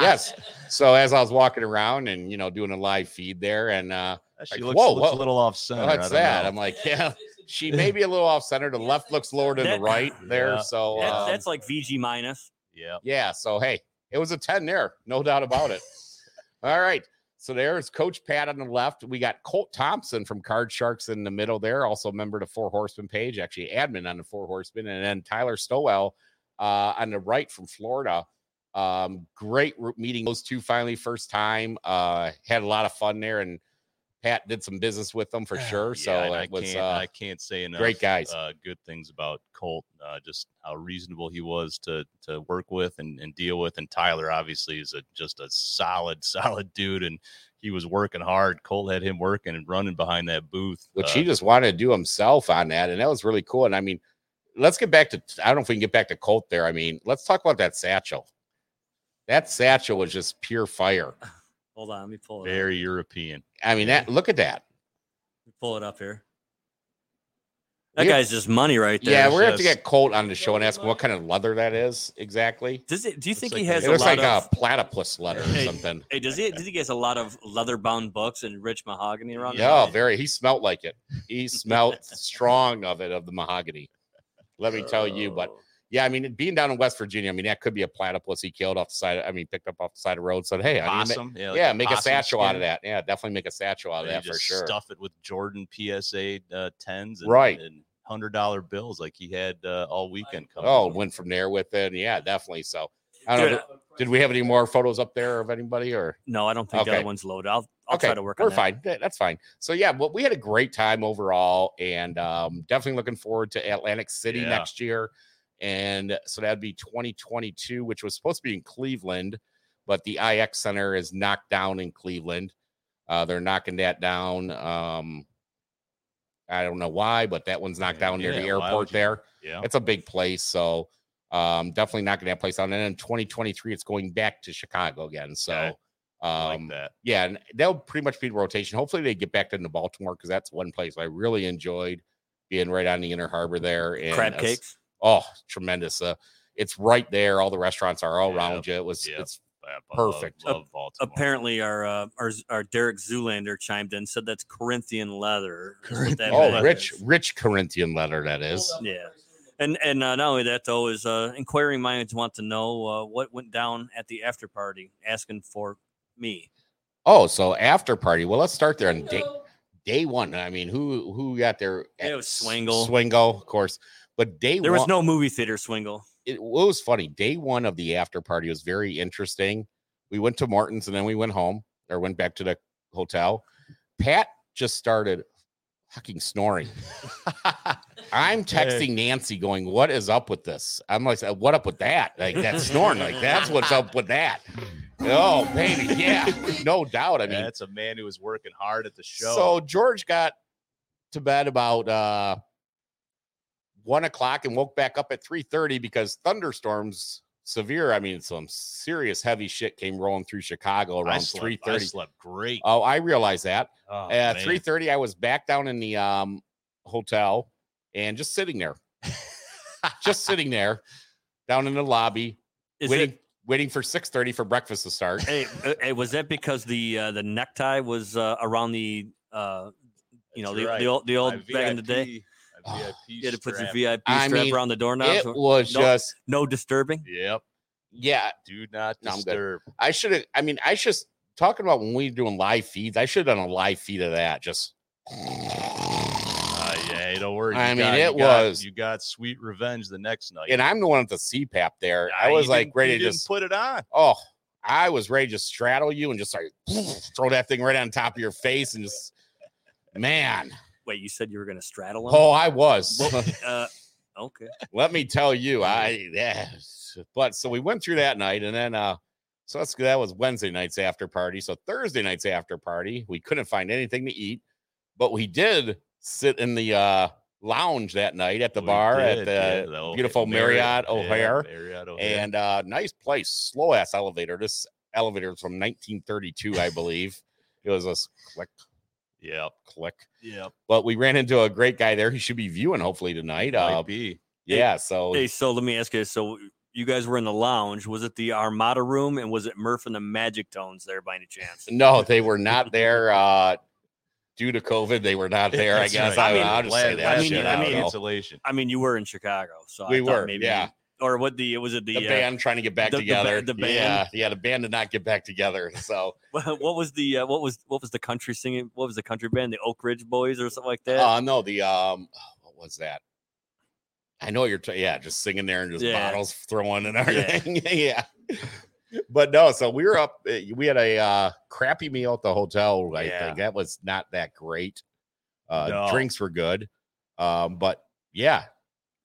Speaker 2: yes. So as I was walking around and you know doing a live feed there, and uh,
Speaker 3: She
Speaker 2: like,
Speaker 3: looks,
Speaker 2: whoa,
Speaker 3: looks
Speaker 2: whoa.
Speaker 3: a little off center.
Speaker 2: what's that? I'm like, yeah, she may be a little off center. The left looks lower than
Speaker 4: That-
Speaker 2: the right there.
Speaker 3: Yeah.
Speaker 2: So
Speaker 4: That's,
Speaker 2: um,
Speaker 4: that's like VG minus.
Speaker 3: yeah.
Speaker 2: yeah. So hey, it was a ten there, no doubt about
Speaker 3: <laughs>
Speaker 2: it. All right. So there's Coach Pat on the left. We got Colt Thompson from Card Sharks in the middle there, also a member of the Four Horsemen page, actually admin on the Four Horsemen, and then Tyler Stowell uh, on the right from Florida. Um, great re- meeting those two finally, first time. Uh, had a lot of fun there, and Pat did some business with
Speaker 3: <sighs>
Speaker 2: them for sure. So
Speaker 3: Yeah, and I
Speaker 2: it was
Speaker 3: can't,
Speaker 2: uh,
Speaker 3: I can't say enough
Speaker 2: great guys.
Speaker 3: Uh, good things about Colt, uh, just how reasonable he was to to work with and, and deal with. And Tyler obviously is a, just a solid, <laughs> solid dude, and he was working hard. Colt had him working and running behind that booth.
Speaker 2: which
Speaker 3: uh,
Speaker 2: he just wanted to do himself on that, and that was really cool. And I mean, let's get back to I don't know if we can get back to Colt there. I mean, let's talk about that satchel. That satchel was just pure fire.
Speaker 4: Hold on, let me pull it. Up.
Speaker 3: very European.
Speaker 2: I mean, that look at that.
Speaker 4: Let me Pull it up here. That
Speaker 2: We-
Speaker 4: guy's just money right there.
Speaker 2: yeah, we're gonna have to
Speaker 3: just-
Speaker 2: get Colt on the show and ask him what kind of leather that is exactly.
Speaker 4: Does it? Do you
Speaker 3: Looks
Speaker 4: think
Speaker 3: like
Speaker 4: he
Speaker 3: the-
Speaker 4: has
Speaker 2: It
Speaker 4: a
Speaker 2: looks
Speaker 4: lot
Speaker 2: like uh,
Speaker 4: of?
Speaker 2: a platypus leather or
Speaker 4: <laughs>
Speaker 3: Hey,
Speaker 2: something.
Speaker 4: hey, does he? Does he has a lot of leather-bound books and rich mahogany around? his
Speaker 2: Yeah,
Speaker 4: neck?
Speaker 2: very. He smelled like it.
Speaker 4: <laughs>
Speaker 2: He smelled strong of it of the mahogany. Let me tell you,
Speaker 4: Oh.
Speaker 2: but yeah, I mean, being down in West Virginia, I mean, that could be a platypus he killed off the side. Of, I mean, picked up off the side of the road. Said, "Hey, I need to ma-
Speaker 3: Awesome. Yeah, like
Speaker 2: yeah, make a
Speaker 3: possum
Speaker 2: satchel out
Speaker 3: skin.
Speaker 2: of that. Yeah, definitely make a satchel out of
Speaker 3: You
Speaker 2: that Oh, for
Speaker 3: just
Speaker 2: sure.
Speaker 3: Stuff it with Jordan PSA uh, tens, and,
Speaker 2: Right.
Speaker 3: and hundred dollar bills like he had uh, all weekend. Coming
Speaker 2: Oh,
Speaker 3: up.
Speaker 2: went from there with it. Yeah, definitely. So I don't
Speaker 4: Dude,
Speaker 2: know. Did we have any more photos up there of anybody or?
Speaker 4: no, I don't think the
Speaker 2: Okay.
Speaker 4: other one's loaded. I'll, I'll try to work
Speaker 2: we're
Speaker 4: on that.
Speaker 2: fine. That- That's fine. So yeah, but we had a great time overall, and um, definitely looking forward to Atlantic City
Speaker 3: Yeah.
Speaker 2: next year. And so that'd be 2022, which was supposed to be in Cleveland, but the IX Center is knocked down in Cleveland. Uh, they're knocking that down. Um, I don't know why, but that one's knocked down near the
Speaker 3: Yeah, why
Speaker 2: airport
Speaker 3: would you-
Speaker 2: there
Speaker 3: yeah.
Speaker 2: it's a big place. So um, definitely knocking that place out. And then in 2023, it's going back to Chicago again. So
Speaker 3: Okay. I
Speaker 2: um,
Speaker 3: like that.
Speaker 2: yeah, and that'll pretty much be the rotation. Hopefully they get back into Baltimore because that's one place I really enjoyed being right on the inner harbor there. And
Speaker 4: Crab
Speaker 2: that's-
Speaker 4: cakes.
Speaker 2: Oh, tremendous. Uh, it's right there. All the restaurants are all
Speaker 3: Yep,
Speaker 2: around you. It was
Speaker 3: yep.
Speaker 2: it's
Speaker 3: I- I love-
Speaker 2: perfect.
Speaker 3: Love, Baltimore.
Speaker 4: Apparently, our, uh, our our Derek Zoolander chimed in, said that's Corinthian leather. is what that
Speaker 2: oh
Speaker 4: meant.
Speaker 2: rich, rich Corinthian letter that is.
Speaker 4: Yeah. And and uh, not only that though is uh, inquiring minds want to know uh, what went down at the after party, asking for me.
Speaker 2: Oh, so after party. Well, let's start there on day day one. I mean, who who got there?
Speaker 4: It was Swingle.
Speaker 2: Swingle, of course. But day
Speaker 4: There
Speaker 2: one,
Speaker 4: was no movie theater swingle.
Speaker 2: it, well, it was funny. Day one of the after party was very interesting. We went to Martin's and then we went home or went back to the hotel. Pat just started fucking snoring. I'm texting Nancy going, What is up with this? I'm like, "Uh, What up with that? Like that snoring, like that's what's up with that. Oh, baby. Yeah, no doubt. I
Speaker 3: Yeah,
Speaker 2: mean,
Speaker 3: that's a man who was working hard at the show.
Speaker 2: so George got to bed about uh one o'clock and woke back up at three thirty because thunderstorms severe. I mean, some serious heavy shit came rolling through Chicago
Speaker 3: I
Speaker 2: around
Speaker 3: slept,
Speaker 2: three
Speaker 3: I
Speaker 2: thirty.
Speaker 3: slept great.
Speaker 2: Oh, I realized that.
Speaker 3: Oh,
Speaker 2: At
Speaker 3: man.
Speaker 2: three thirty, I was back down in the um hotel
Speaker 3: <laughs>
Speaker 2: and just sitting there, just sitting there down in the lobby.
Speaker 4: Is
Speaker 2: waiting
Speaker 4: it,
Speaker 2: waiting for six thirty for breakfast to start.
Speaker 4: hey, uh, hey, was that because the uh, the necktie was uh, around the uh, you know
Speaker 3: That's
Speaker 4: the,
Speaker 3: right.
Speaker 4: the old the old
Speaker 3: My
Speaker 4: back in the day?
Speaker 3: VIP
Speaker 2: <sighs>
Speaker 3: my VIP
Speaker 4: You had to put
Speaker 3: strap.
Speaker 4: the VIP
Speaker 2: I
Speaker 4: strap
Speaker 2: mean,
Speaker 4: around the doorknob.
Speaker 2: It
Speaker 4: So
Speaker 2: was
Speaker 4: no.
Speaker 2: just
Speaker 4: no disturbing.
Speaker 3: Yep.
Speaker 2: yeah.
Speaker 3: Do not
Speaker 2: No, I'm good.
Speaker 3: disturb.
Speaker 2: I should have. I mean, I should talking about when we were doing live feeds. I should have done a live feed of that. Just
Speaker 3: Uh, yeah, don't worry.
Speaker 2: I
Speaker 3: You
Speaker 2: mean,
Speaker 3: got-
Speaker 2: it
Speaker 3: you got-
Speaker 2: was-
Speaker 3: you got sweet revenge the next night.
Speaker 2: and I'm the one with the CPAP there.
Speaker 3: Nah,
Speaker 2: I was
Speaker 3: you
Speaker 2: like
Speaker 3: didn't-
Speaker 2: ready
Speaker 3: you
Speaker 2: to
Speaker 3: didn't
Speaker 2: just
Speaker 3: put it on.
Speaker 2: oh, I was ready to just straddle you and just like throw that thing right on top of your face and just man.
Speaker 4: Wait, you said you were going to straddle him?
Speaker 2: Oh, I was.
Speaker 4: Uh,
Speaker 2: <laughs>
Speaker 4: okay.
Speaker 2: Let me tell you,
Speaker 3: Mm-hmm.
Speaker 2: I yeah. But so we went through that night, and then uh, so that's that was Wednesday night's after party. So Thursday night's after party, we couldn't find anything to eat, but we did sit in the uh lounge that night at the
Speaker 3: We
Speaker 2: bar
Speaker 3: did,
Speaker 2: at
Speaker 3: yeah,
Speaker 2: the
Speaker 3: old-
Speaker 2: beautiful Marriott
Speaker 3: yeah,
Speaker 2: O'Hare,
Speaker 3: Marriott O'Hare.
Speaker 2: and uh, nice place, slow ass elevator. This elevator is from 1932, I believe. It was a s- click,
Speaker 3: yep,
Speaker 2: click.
Speaker 3: yep.
Speaker 2: But we ran into a great guy there. He should be viewing hopefully tonight. Uh,
Speaker 3: Might be.
Speaker 2: yeah. So
Speaker 4: Hey, so let me ask you. So you guys were in the lounge. Was it the Armada room, and was it Murph and the Magic Tones there by any chance?
Speaker 2: No, they were not there. Uh, due to COVID, they were not <laughs> there. I
Speaker 3: That's
Speaker 2: guess I
Speaker 3: right.
Speaker 4: I mean,
Speaker 2: will just say
Speaker 3: Last-
Speaker 2: that.
Speaker 4: I
Speaker 3: last
Speaker 4: mean,
Speaker 2: shit.
Speaker 4: I
Speaker 2: I
Speaker 3: minute
Speaker 2: don't
Speaker 4: mean,
Speaker 2: know.
Speaker 3: cancellation.
Speaker 4: I mean, you were in Chicago, so
Speaker 2: We
Speaker 4: I thought
Speaker 2: were,
Speaker 4: maybe,
Speaker 2: yeah.
Speaker 4: Or what the was it the,
Speaker 2: the
Speaker 4: uh,
Speaker 2: band trying to get back
Speaker 4: the- the ba-
Speaker 2: together.
Speaker 4: the
Speaker 2: Yeah,
Speaker 4: band?
Speaker 2: yeah, the band did not get back together. So
Speaker 4: <laughs> what what was the uh, what was what was the country singing? What was the country band? The Oak Ridge Boys or something like that.
Speaker 2: uh no, the um what was that? I know you're t- yeah, just singing there and just
Speaker 4: Yeah.
Speaker 2: bottles throwing and everything. <laughs> Yeah. But no, so we were up. uh, We had a uh, crappy meal at the hotel. I
Speaker 3: Yeah.
Speaker 2: think that was not that great. Uh,
Speaker 3: No.
Speaker 2: Drinks were good, um, but yeah,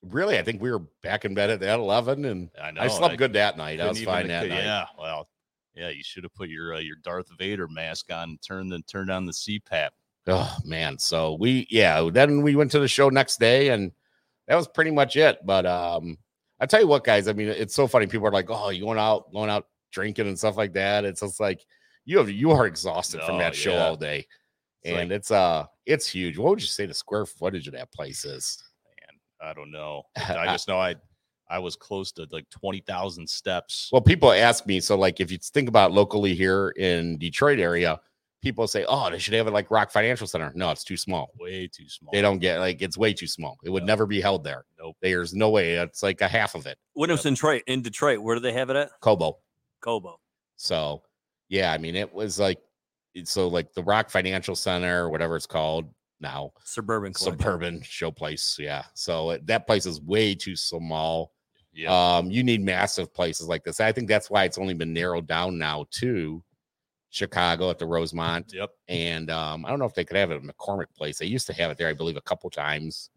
Speaker 2: really, I think we were back in bed at that eleven, and
Speaker 3: I know.
Speaker 2: I slept
Speaker 3: like,
Speaker 2: good that night. I
Speaker 3: couldn't
Speaker 2: was
Speaker 3: even-
Speaker 2: fine that
Speaker 3: could-
Speaker 2: night.
Speaker 3: Yeah. Well. Yeah. You should have put your uh, your Darth Vader mask on. And turn the turn on the CPAP.
Speaker 2: Oh man, so we yeah, then we went to the show next day and that was pretty much it. But um I tell you what, guys, I mean, it's so funny. People are like, Oh, you going out, going out drinking and stuff like that. It's just like you have you are exhausted from
Speaker 3: Oh,
Speaker 2: that show
Speaker 3: yeah.
Speaker 2: all day.
Speaker 3: It's
Speaker 2: and it's uh it's huge. What would you say the square footage of that place is?
Speaker 3: Man, I
Speaker 2: <laughs>
Speaker 3: don't know. I just know I I was close to like twenty thousand steps.
Speaker 2: Well, people ask me, so like if you think about locally here in Detroit area, people say, Oh, they should have it like Rock Financial Center. No, it's too small.
Speaker 3: Way too small.
Speaker 2: They don't get like it's way too small. It would
Speaker 3: No.
Speaker 2: never be held there.
Speaker 3: Nope.
Speaker 2: There's no way. It's like a half of it,
Speaker 4: when it was in Detroit, in Detroit, where do they have it at?
Speaker 2: Kobo.
Speaker 4: Cobo.
Speaker 2: So, yeah, I mean, it was like, it's so like the Rock Financial Center or whatever it's called now,
Speaker 4: Suburban Collection.
Speaker 2: suburban showplace. Yeah. So it, that place is way too small.
Speaker 3: Yeah.
Speaker 2: Um, you need massive places like this. I think that's why it's only been narrowed down now to Chicago at the Rosemont.
Speaker 3: yep.
Speaker 2: And um, I don't know if they could have it at McCormick Place. They used to have it there, I believe, a couple times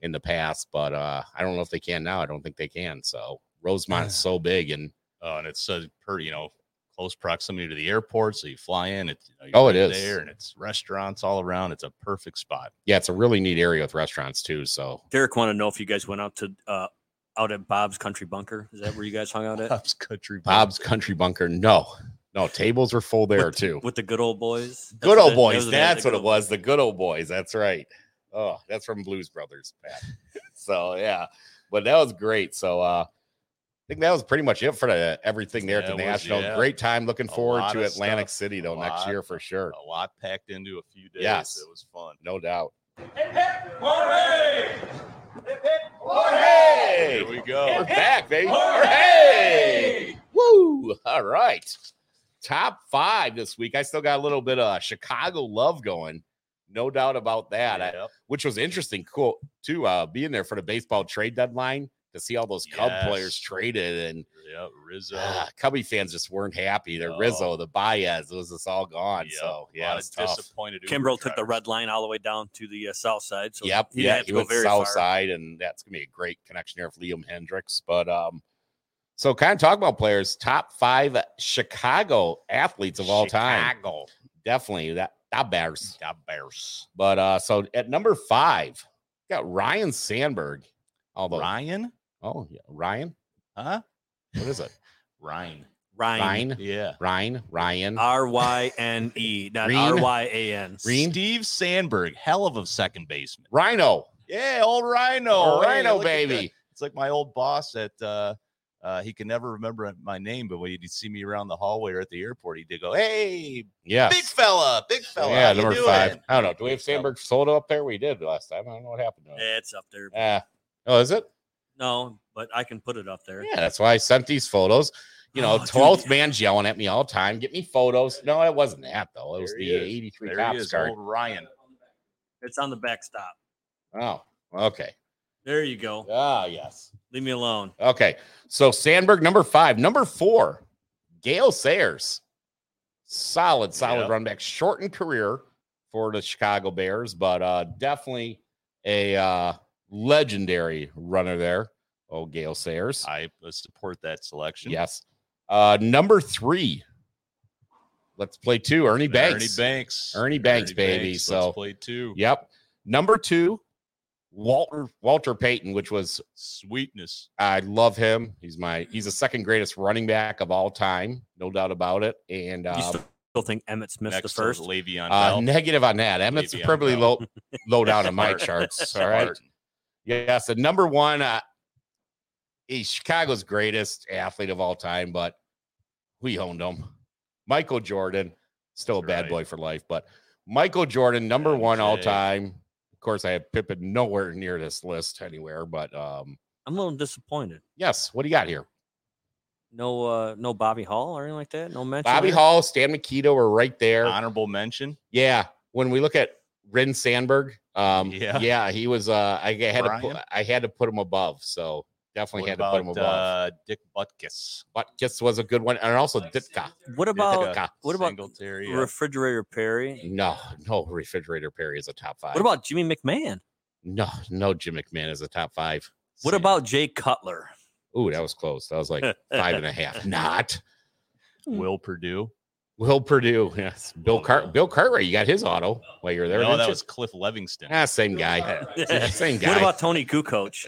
Speaker 2: in the past, but uh, I don't know if they can now. I don't think they can. So Rosemont is so big, and
Speaker 3: Uh, and it says per you know close proximity to the airport, so you fly in. It's you know,
Speaker 2: Oh,
Speaker 3: you're
Speaker 2: it
Speaker 3: right
Speaker 2: is.
Speaker 3: there, and it's restaurants all around. It's a perfect spot.
Speaker 2: yeah, it's a really neat area with restaurants too. So
Speaker 4: Derek wanted to know if you guys went out to uh, out at Bob's Country Bunker. Is that where you guys hung out at
Speaker 3: Bob's Country Bar.
Speaker 2: Bob's Country Bunker, no, no tables were full there too.
Speaker 4: with the good old boys? That's
Speaker 2: good
Speaker 4: what
Speaker 2: old
Speaker 4: that-
Speaker 2: boys,
Speaker 4: those are the-
Speaker 2: that's
Speaker 4: the
Speaker 2: what
Speaker 4: good
Speaker 2: it
Speaker 4: old-
Speaker 2: was. The good old boys, that's right. Oh, that's from Blues Brothers, Pat. <laughs> so yeah, but that was great. So uh, I think that was pretty much it for the, everything there
Speaker 3: Yeah,
Speaker 2: at
Speaker 3: it
Speaker 2: the
Speaker 3: was,
Speaker 2: national.
Speaker 3: yeah.
Speaker 2: Great time. Looking
Speaker 3: A
Speaker 2: forward
Speaker 3: lot
Speaker 2: to
Speaker 3: of
Speaker 2: Atlantic
Speaker 3: stuff,
Speaker 2: City
Speaker 3: a
Speaker 2: though next
Speaker 3: lot.
Speaker 2: year for sure.
Speaker 3: A lot packed into a few days.
Speaker 2: Yes.
Speaker 3: It was fun.
Speaker 2: No doubt.
Speaker 3: Here we go. <laughs>
Speaker 2: We're back, baby. Hooray! Woo! All right. Top five this week. I still got a little bit of uh, Chicago love going. No doubt about that. I-
Speaker 3: Yep.
Speaker 2: which was interesting, cool too. Uh, being there for the baseball trade deadline to see all those Cub
Speaker 3: Yes.
Speaker 2: players traded, and
Speaker 3: Yep. Rizzo.
Speaker 2: ah, Cubby fans just weren't happy. The
Speaker 3: No.
Speaker 2: Rizzo, the Baez, it was just all gone.
Speaker 3: Yep.
Speaker 2: So
Speaker 3: a
Speaker 2: yeah,
Speaker 3: lot
Speaker 2: it's
Speaker 3: of
Speaker 2: tough.
Speaker 3: disappointed. Uber
Speaker 4: Kimbrell took the
Speaker 3: drivers.
Speaker 4: red line all the way down to the uh, south side. So
Speaker 2: yep.
Speaker 4: he didn't
Speaker 2: yeah,
Speaker 4: have to
Speaker 2: he
Speaker 4: go
Speaker 2: went
Speaker 4: very
Speaker 2: south
Speaker 4: far.
Speaker 2: side, and that's gonna be a great connection there for Liam Hendricks. But um, so kind of talk about players, top five Chicago athletes of all time.
Speaker 3: Chicago.
Speaker 2: Definitely that that bears.
Speaker 3: The Bears.
Speaker 2: But uh, so at number five, we got Ryan Sandberg. Although,
Speaker 3: Ryan?
Speaker 2: oh yeah, Ryan,
Speaker 3: Huh?
Speaker 2: what is it?
Speaker 3: <laughs> Ryan.
Speaker 4: Ryan.
Speaker 2: Ryan,
Speaker 3: Yeah. Uh,
Speaker 2: Ryan, Ryan.
Speaker 4: R Y N
Speaker 2: <laughs>
Speaker 4: E, not
Speaker 2: Green.
Speaker 4: R Y A N.
Speaker 2: Green?
Speaker 3: Steve Sandberg, hell of a second baseman.
Speaker 2: Rhino.
Speaker 3: Yeah, old Rhino. Hey,
Speaker 2: Rhino,
Speaker 3: look at that.
Speaker 2: baby.
Speaker 3: It's like my old boss at uh Uh, he can never remember my name, but when he'd see me around the hallway or at the airport, he'd go, "Hey,
Speaker 2: Yeah.
Speaker 3: big fella, big fella."
Speaker 2: yeah,
Speaker 3: how you
Speaker 2: number
Speaker 3: doing?"
Speaker 2: five. I don't know. Do we have Sandberg Soda up there? We did last time. I don't know what happened to him.
Speaker 4: Yeah, it's up there.
Speaker 2: Yeah. Oh, is it?
Speaker 4: No, but I can put it up there.
Speaker 2: Yeah, that's why I sent these photos. You know,
Speaker 4: Oh, dude,
Speaker 2: 12th
Speaker 4: yeah.
Speaker 2: man's yelling at me all the time. Get me photos. No, it wasn't that though. It was
Speaker 3: There
Speaker 2: the
Speaker 3: he is.
Speaker 2: 83
Speaker 3: There he
Speaker 2: cops
Speaker 3: is,
Speaker 2: card.
Speaker 3: old Ryan.
Speaker 4: It's on the backstop.
Speaker 2: Oh, okay.
Speaker 4: There you go.
Speaker 2: Ah, yes.
Speaker 4: Leave me alone.
Speaker 2: Okay. So Sandberg, number five. Number four, Gail Sayers. Solid, solid
Speaker 3: Yep.
Speaker 2: run back. Shortened career for the Chicago Bears, but uh definitely a uh legendary runner there. Oh, Gail Sayers.
Speaker 3: I uh, support that selection.
Speaker 2: Yes. Uh number three. Let's play two. Ernie Banks.
Speaker 3: Ernie Banks.
Speaker 2: Ernie Banks, baby,
Speaker 3: Banks,
Speaker 2: so-
Speaker 3: let's play two.
Speaker 2: Yep. Number two, Walter Walter Payton, which was
Speaker 3: Sweetness.
Speaker 2: I love him. He's my he's the second greatest running back of all time, no doubt about it. And
Speaker 4: You
Speaker 2: um,
Speaker 4: still, still think Emmett Smith's the
Speaker 3: Next first,
Speaker 4: first?
Speaker 3: Le'Veon
Speaker 2: uh,
Speaker 3: Bell.
Speaker 2: negative on that. Emmett's
Speaker 3: Le'Veon
Speaker 2: probably
Speaker 3: Bell.
Speaker 2: low low down in <laughs> my charts. All right. Yes, and number one, uh, he's Chicago's greatest athlete of all time, but we owned him. Michael Jordan, still a bad
Speaker 3: Right.
Speaker 2: boy for life, but Michael Jordan, number one all
Speaker 3: MJ.
Speaker 2: time. Of course, I have Pippen nowhere near this list anywhere, but um,
Speaker 4: I'm a little disappointed.
Speaker 2: yes, what do you got here?
Speaker 4: No, uh, no Bobby Hall or anything like that. No mention.
Speaker 2: Bobby
Speaker 4: there?
Speaker 2: Hall, Stan Mikito are right there.
Speaker 3: Honorable mention.
Speaker 2: Yeah, when we look at Rin Sandberg, um, yeah,
Speaker 3: Yeah.
Speaker 2: he was. Uh, I had to put,
Speaker 3: Brian?
Speaker 2: I had to put him above, so definitely
Speaker 3: What
Speaker 2: had to put him
Speaker 3: about
Speaker 2: above.
Speaker 3: uh, Dick Butkus?
Speaker 2: but Kiss was a good one, and also Ditka.
Speaker 4: What about
Speaker 2: Ditka.
Speaker 4: Oh, what about
Speaker 3: Singletary? uh, Yeah.
Speaker 4: Refrigerator Perry?
Speaker 2: No, no, refrigerator Perry is a top five.
Speaker 4: What about Jimmy McMahon?
Speaker 2: no, no, Jim McMahon is a top five.
Speaker 4: What about Jay Cutler?
Speaker 2: Ooh, that was close. That was like five
Speaker 4: <laughs>
Speaker 2: and a
Speaker 3: <laughs>
Speaker 2: half. Not
Speaker 3: Will Purdue?
Speaker 2: Will Purdue. Yes, Bill
Speaker 3: Well,
Speaker 2: Cart.
Speaker 3: Oh, no.
Speaker 2: Bill Cartwright. You got his auto while you're there.
Speaker 3: no,
Speaker 2: didn't
Speaker 3: that
Speaker 2: you?
Speaker 3: was Cliff Levingston.
Speaker 2: ah, same
Speaker 3: <laughs>
Speaker 2: guy. Same guy. Uh,
Speaker 4: What about
Speaker 2: <laughs>
Speaker 4: Tony Kukoc?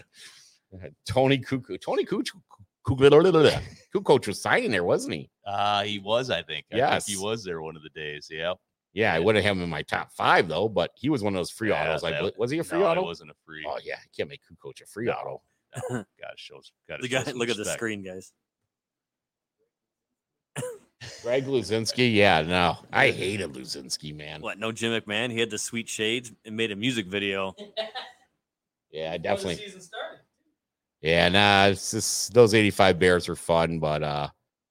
Speaker 2: Tony Cuckoo. Tony Cuckoo. Kukoc was signing there, wasn't he?
Speaker 3: Uh, he was, I think. I
Speaker 2: Yes.
Speaker 3: think he was there one of the days. Yeah.
Speaker 2: Yeah, I
Speaker 3: Yeah.
Speaker 2: wouldn't have him in my top five though, but he was one of those free
Speaker 3: Yeah,
Speaker 2: autos. I
Speaker 3: that-
Speaker 2: bel- was he a free
Speaker 3: no,
Speaker 2: auto?
Speaker 3: It wasn't a free.
Speaker 2: Oh yeah, I can't make Kukoc a free
Speaker 3: No.
Speaker 2: auto.
Speaker 3: God, shows. Gotta
Speaker 4: The
Speaker 3: show
Speaker 4: guy.
Speaker 3: some
Speaker 4: Look at the
Speaker 3: respect.
Speaker 4: screen, guys.
Speaker 2: Greg Luzinski, yeah, no, I hated Luzinski, man.
Speaker 4: What? No Jim McMahon. He had the sweet shades and made a music video.
Speaker 2: Yeah, I definitely. Yeah, nah, it's just, those eighty-five Bears were fun, but uh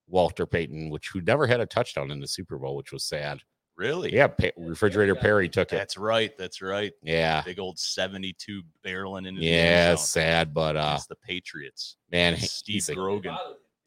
Speaker 2: Walter Payton, which who never had a touchdown in the Super Bowl, which was sad.
Speaker 3: Really?
Speaker 2: Yeah, pa- refrigerator Perry took it.
Speaker 3: That's right. That's right.
Speaker 2: Yeah,
Speaker 3: Big old 72 barreling into the end
Speaker 2: yeah,
Speaker 3: zone
Speaker 2: sad, but uh
Speaker 3: against the Patriots.
Speaker 2: man,
Speaker 3: Steve
Speaker 2: he's a
Speaker 3: Grogan.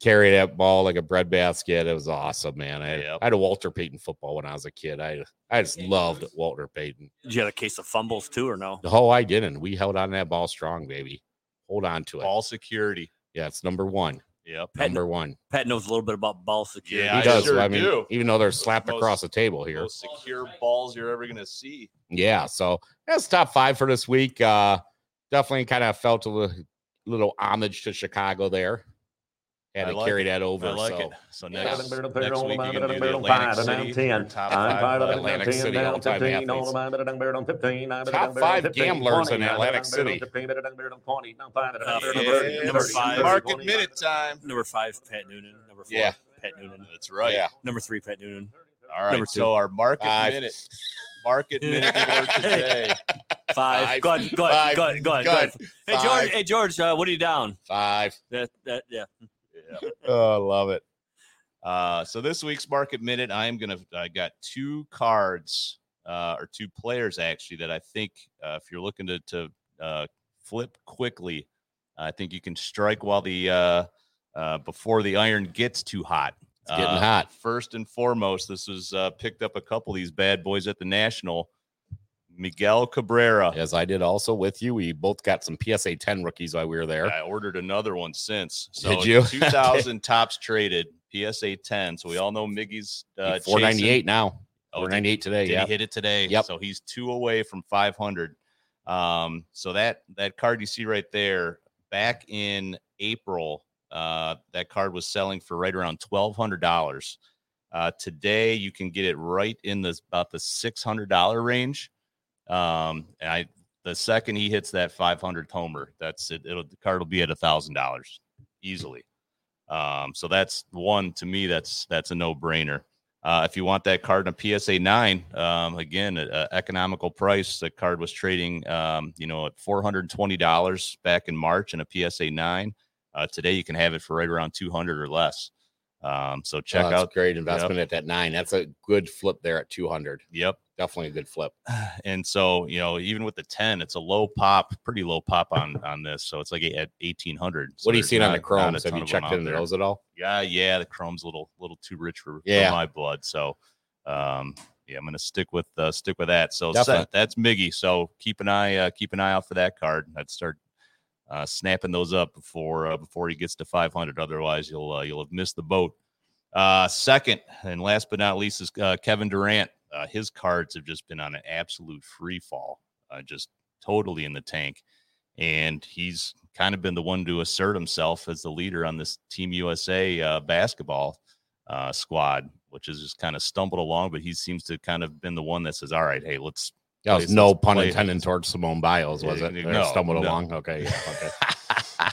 Speaker 2: carry that ball like a breadbasket. It was awesome, man. I,
Speaker 3: Yep.
Speaker 2: I had a Walter Payton football when I was a kid. I I just loved Walter Payton.
Speaker 4: Did you have a case of fumbles too, or no?
Speaker 2: No, I didn't. We held on to that ball strong, baby. Hold on to it.
Speaker 3: Ball security.
Speaker 2: Yeah, it's number one.
Speaker 3: Yep.
Speaker 4: Pat-
Speaker 2: Number one.
Speaker 4: Pat knows a little bit about ball security.
Speaker 2: He
Speaker 3: I
Speaker 2: does.
Speaker 3: sure
Speaker 2: I mean,
Speaker 3: do.
Speaker 2: even though they're slapped
Speaker 3: Most-
Speaker 2: across the table here.
Speaker 3: Most secure balls you're ever going to see.
Speaker 2: Yeah. So that's top five for this week. Uh, definitely kind of felt a little, little homage to Chicago there. Had
Speaker 3: I
Speaker 2: to
Speaker 3: like
Speaker 2: carry that over.
Speaker 3: I like
Speaker 2: so.
Speaker 3: it. So
Speaker 2: yeah.
Speaker 3: next,
Speaker 2: Next
Speaker 3: next week you can do the Atlantic
Speaker 5: Five to
Speaker 3: City.
Speaker 5: nine,
Speaker 3: your
Speaker 5: ten.
Speaker 3: Top
Speaker 5: I'm
Speaker 3: five,
Speaker 5: tired of
Speaker 3: uh,
Speaker 5: it,
Speaker 2: Atlantic
Speaker 5: I'm 10,
Speaker 2: City
Speaker 5: down
Speaker 2: all-time
Speaker 5: 15,
Speaker 2: athletes.
Speaker 5: all around it, I'm buried on 15, I'm buried
Speaker 2: Top
Speaker 5: on
Speaker 2: five
Speaker 5: 15,
Speaker 2: gamblers
Speaker 5: 20,
Speaker 2: in
Speaker 5: I'm
Speaker 2: Atlantic
Speaker 5: buried on
Speaker 2: City.
Speaker 5: 15, buried on 20, I'm buried on 20, I'm
Speaker 4: Uh,
Speaker 5: buried on
Speaker 4: yeah,
Speaker 5: 30, I'm
Speaker 4: number
Speaker 5: buried on
Speaker 4: five.
Speaker 5: 30,
Speaker 3: Market
Speaker 5: 20,
Speaker 3: minute time.
Speaker 4: Number five, Pat Noonan. Number four,
Speaker 2: Yeah.
Speaker 4: Pat Noonan.
Speaker 3: That's right. <laughs>
Speaker 2: Yeah.
Speaker 4: Number three, Pat Noonan.
Speaker 3: All right.
Speaker 4: Number two.
Speaker 3: So our market
Speaker 2: Five.
Speaker 3: minute. Market
Speaker 2: <laughs>
Speaker 3: minute for today.
Speaker 4: Five.
Speaker 2: Five.
Speaker 4: Go ahead. Go
Speaker 2: Five.
Speaker 4: ahead. Go ahead. Go ahead. Go ahead. Hey George.
Speaker 2: Five.
Speaker 4: Hey George. Uh, what are you down?
Speaker 2: Five.
Speaker 4: That. That. Yeah.
Speaker 3: Yeah.
Speaker 2: Oh, I love it.
Speaker 3: Uh, so this week's market minute, I am gonna. I got two cards uh, or two players actually that I think uh, if you're looking to to uh, flip quickly, I think you can strike while the uh, uh, before the iron gets too hot.
Speaker 2: It's getting
Speaker 3: Uh,
Speaker 2: hot.
Speaker 3: First and foremost, this was uh, picked up a couple of these bad boys at the National. Miguel Cabrera.
Speaker 2: As I did also with you, we both got some PSA 10 rookies while we were there.
Speaker 3: I ordered another one since. So
Speaker 2: Did <laughs> you?
Speaker 3: 2000 tops traded, PSA 10. So we all know Miggy's uh,
Speaker 2: He's 498
Speaker 3: chasing-
Speaker 2: now.
Speaker 3: Oh, did-
Speaker 2: 498 today.
Speaker 3: Did
Speaker 2: yeah.
Speaker 3: he hit it today?
Speaker 2: Yep.
Speaker 3: So he's two away from 500. Um, so that that card you see right there, back in April, uh, that card was selling for right around twelve hundred dollars. Uh, today you can get it right in the about the six hundred dollar range. Um, and I the second he hits that five hundred homer, that's it. It'll the card will be at a thousand dollars easily. Um, so that's one to me. That's that's a no brainer. Uh, if you want that card in a PSA nine, um, again, a, a economical price. The card was trading, um, you know, at four hundred twenty dollars back in March in a PSA nine. Uh, today, you can have it for right around two hundred or less. Um, so check
Speaker 2: Oh, that's
Speaker 3: out.
Speaker 2: great investment at that nine. That's a good flip there at 200.
Speaker 3: Yep.
Speaker 2: Definitely a good flip.
Speaker 3: And so, you know, even with the 10, it's a low pop, pretty low pop
Speaker 2: <laughs>
Speaker 3: on on this. So it's like at 1800. So
Speaker 2: what are you
Speaker 3: there's
Speaker 2: seeing on
Speaker 3: not-
Speaker 2: the
Speaker 3: not a
Speaker 2: chromes? Have
Speaker 3: ton
Speaker 2: you
Speaker 3: of them
Speaker 2: checked
Speaker 3: out
Speaker 2: into
Speaker 3: there.
Speaker 2: those at all?
Speaker 3: Yeah, yeah, the chrome's a little little too rich for, for
Speaker 2: Yeah.
Speaker 3: my blood. So um yeah, I'm gonna stick with uh, stick with that. So
Speaker 2: Definitely.
Speaker 3: se- that's Miggy. So keep an eye uh, keep an eye out for that card. I'd start uh, snapping those up before uh, before he gets to 500. Otherwise, you'll uh, you'll have missed the boat. Uh, second and last but not least is uh, Kevin Durant. Uh, his cards have just been on an absolute free fall, uh, just totally in the tank and he's kind of been the one to assert himself as the leader on this Team USA uh, basketball uh, squad, which has just kind of stumbled along. But he seems to kind of been the one that says, "All right, hey, let's."
Speaker 2: That was
Speaker 3: Places-
Speaker 2: no pun
Speaker 3: play-
Speaker 2: intended towards Simone Biles, was
Speaker 3: Yeah,
Speaker 2: it? Or
Speaker 3: no,
Speaker 2: stumbled
Speaker 3: no.
Speaker 2: along. Okay. Yeah, okay.
Speaker 3: <laughs>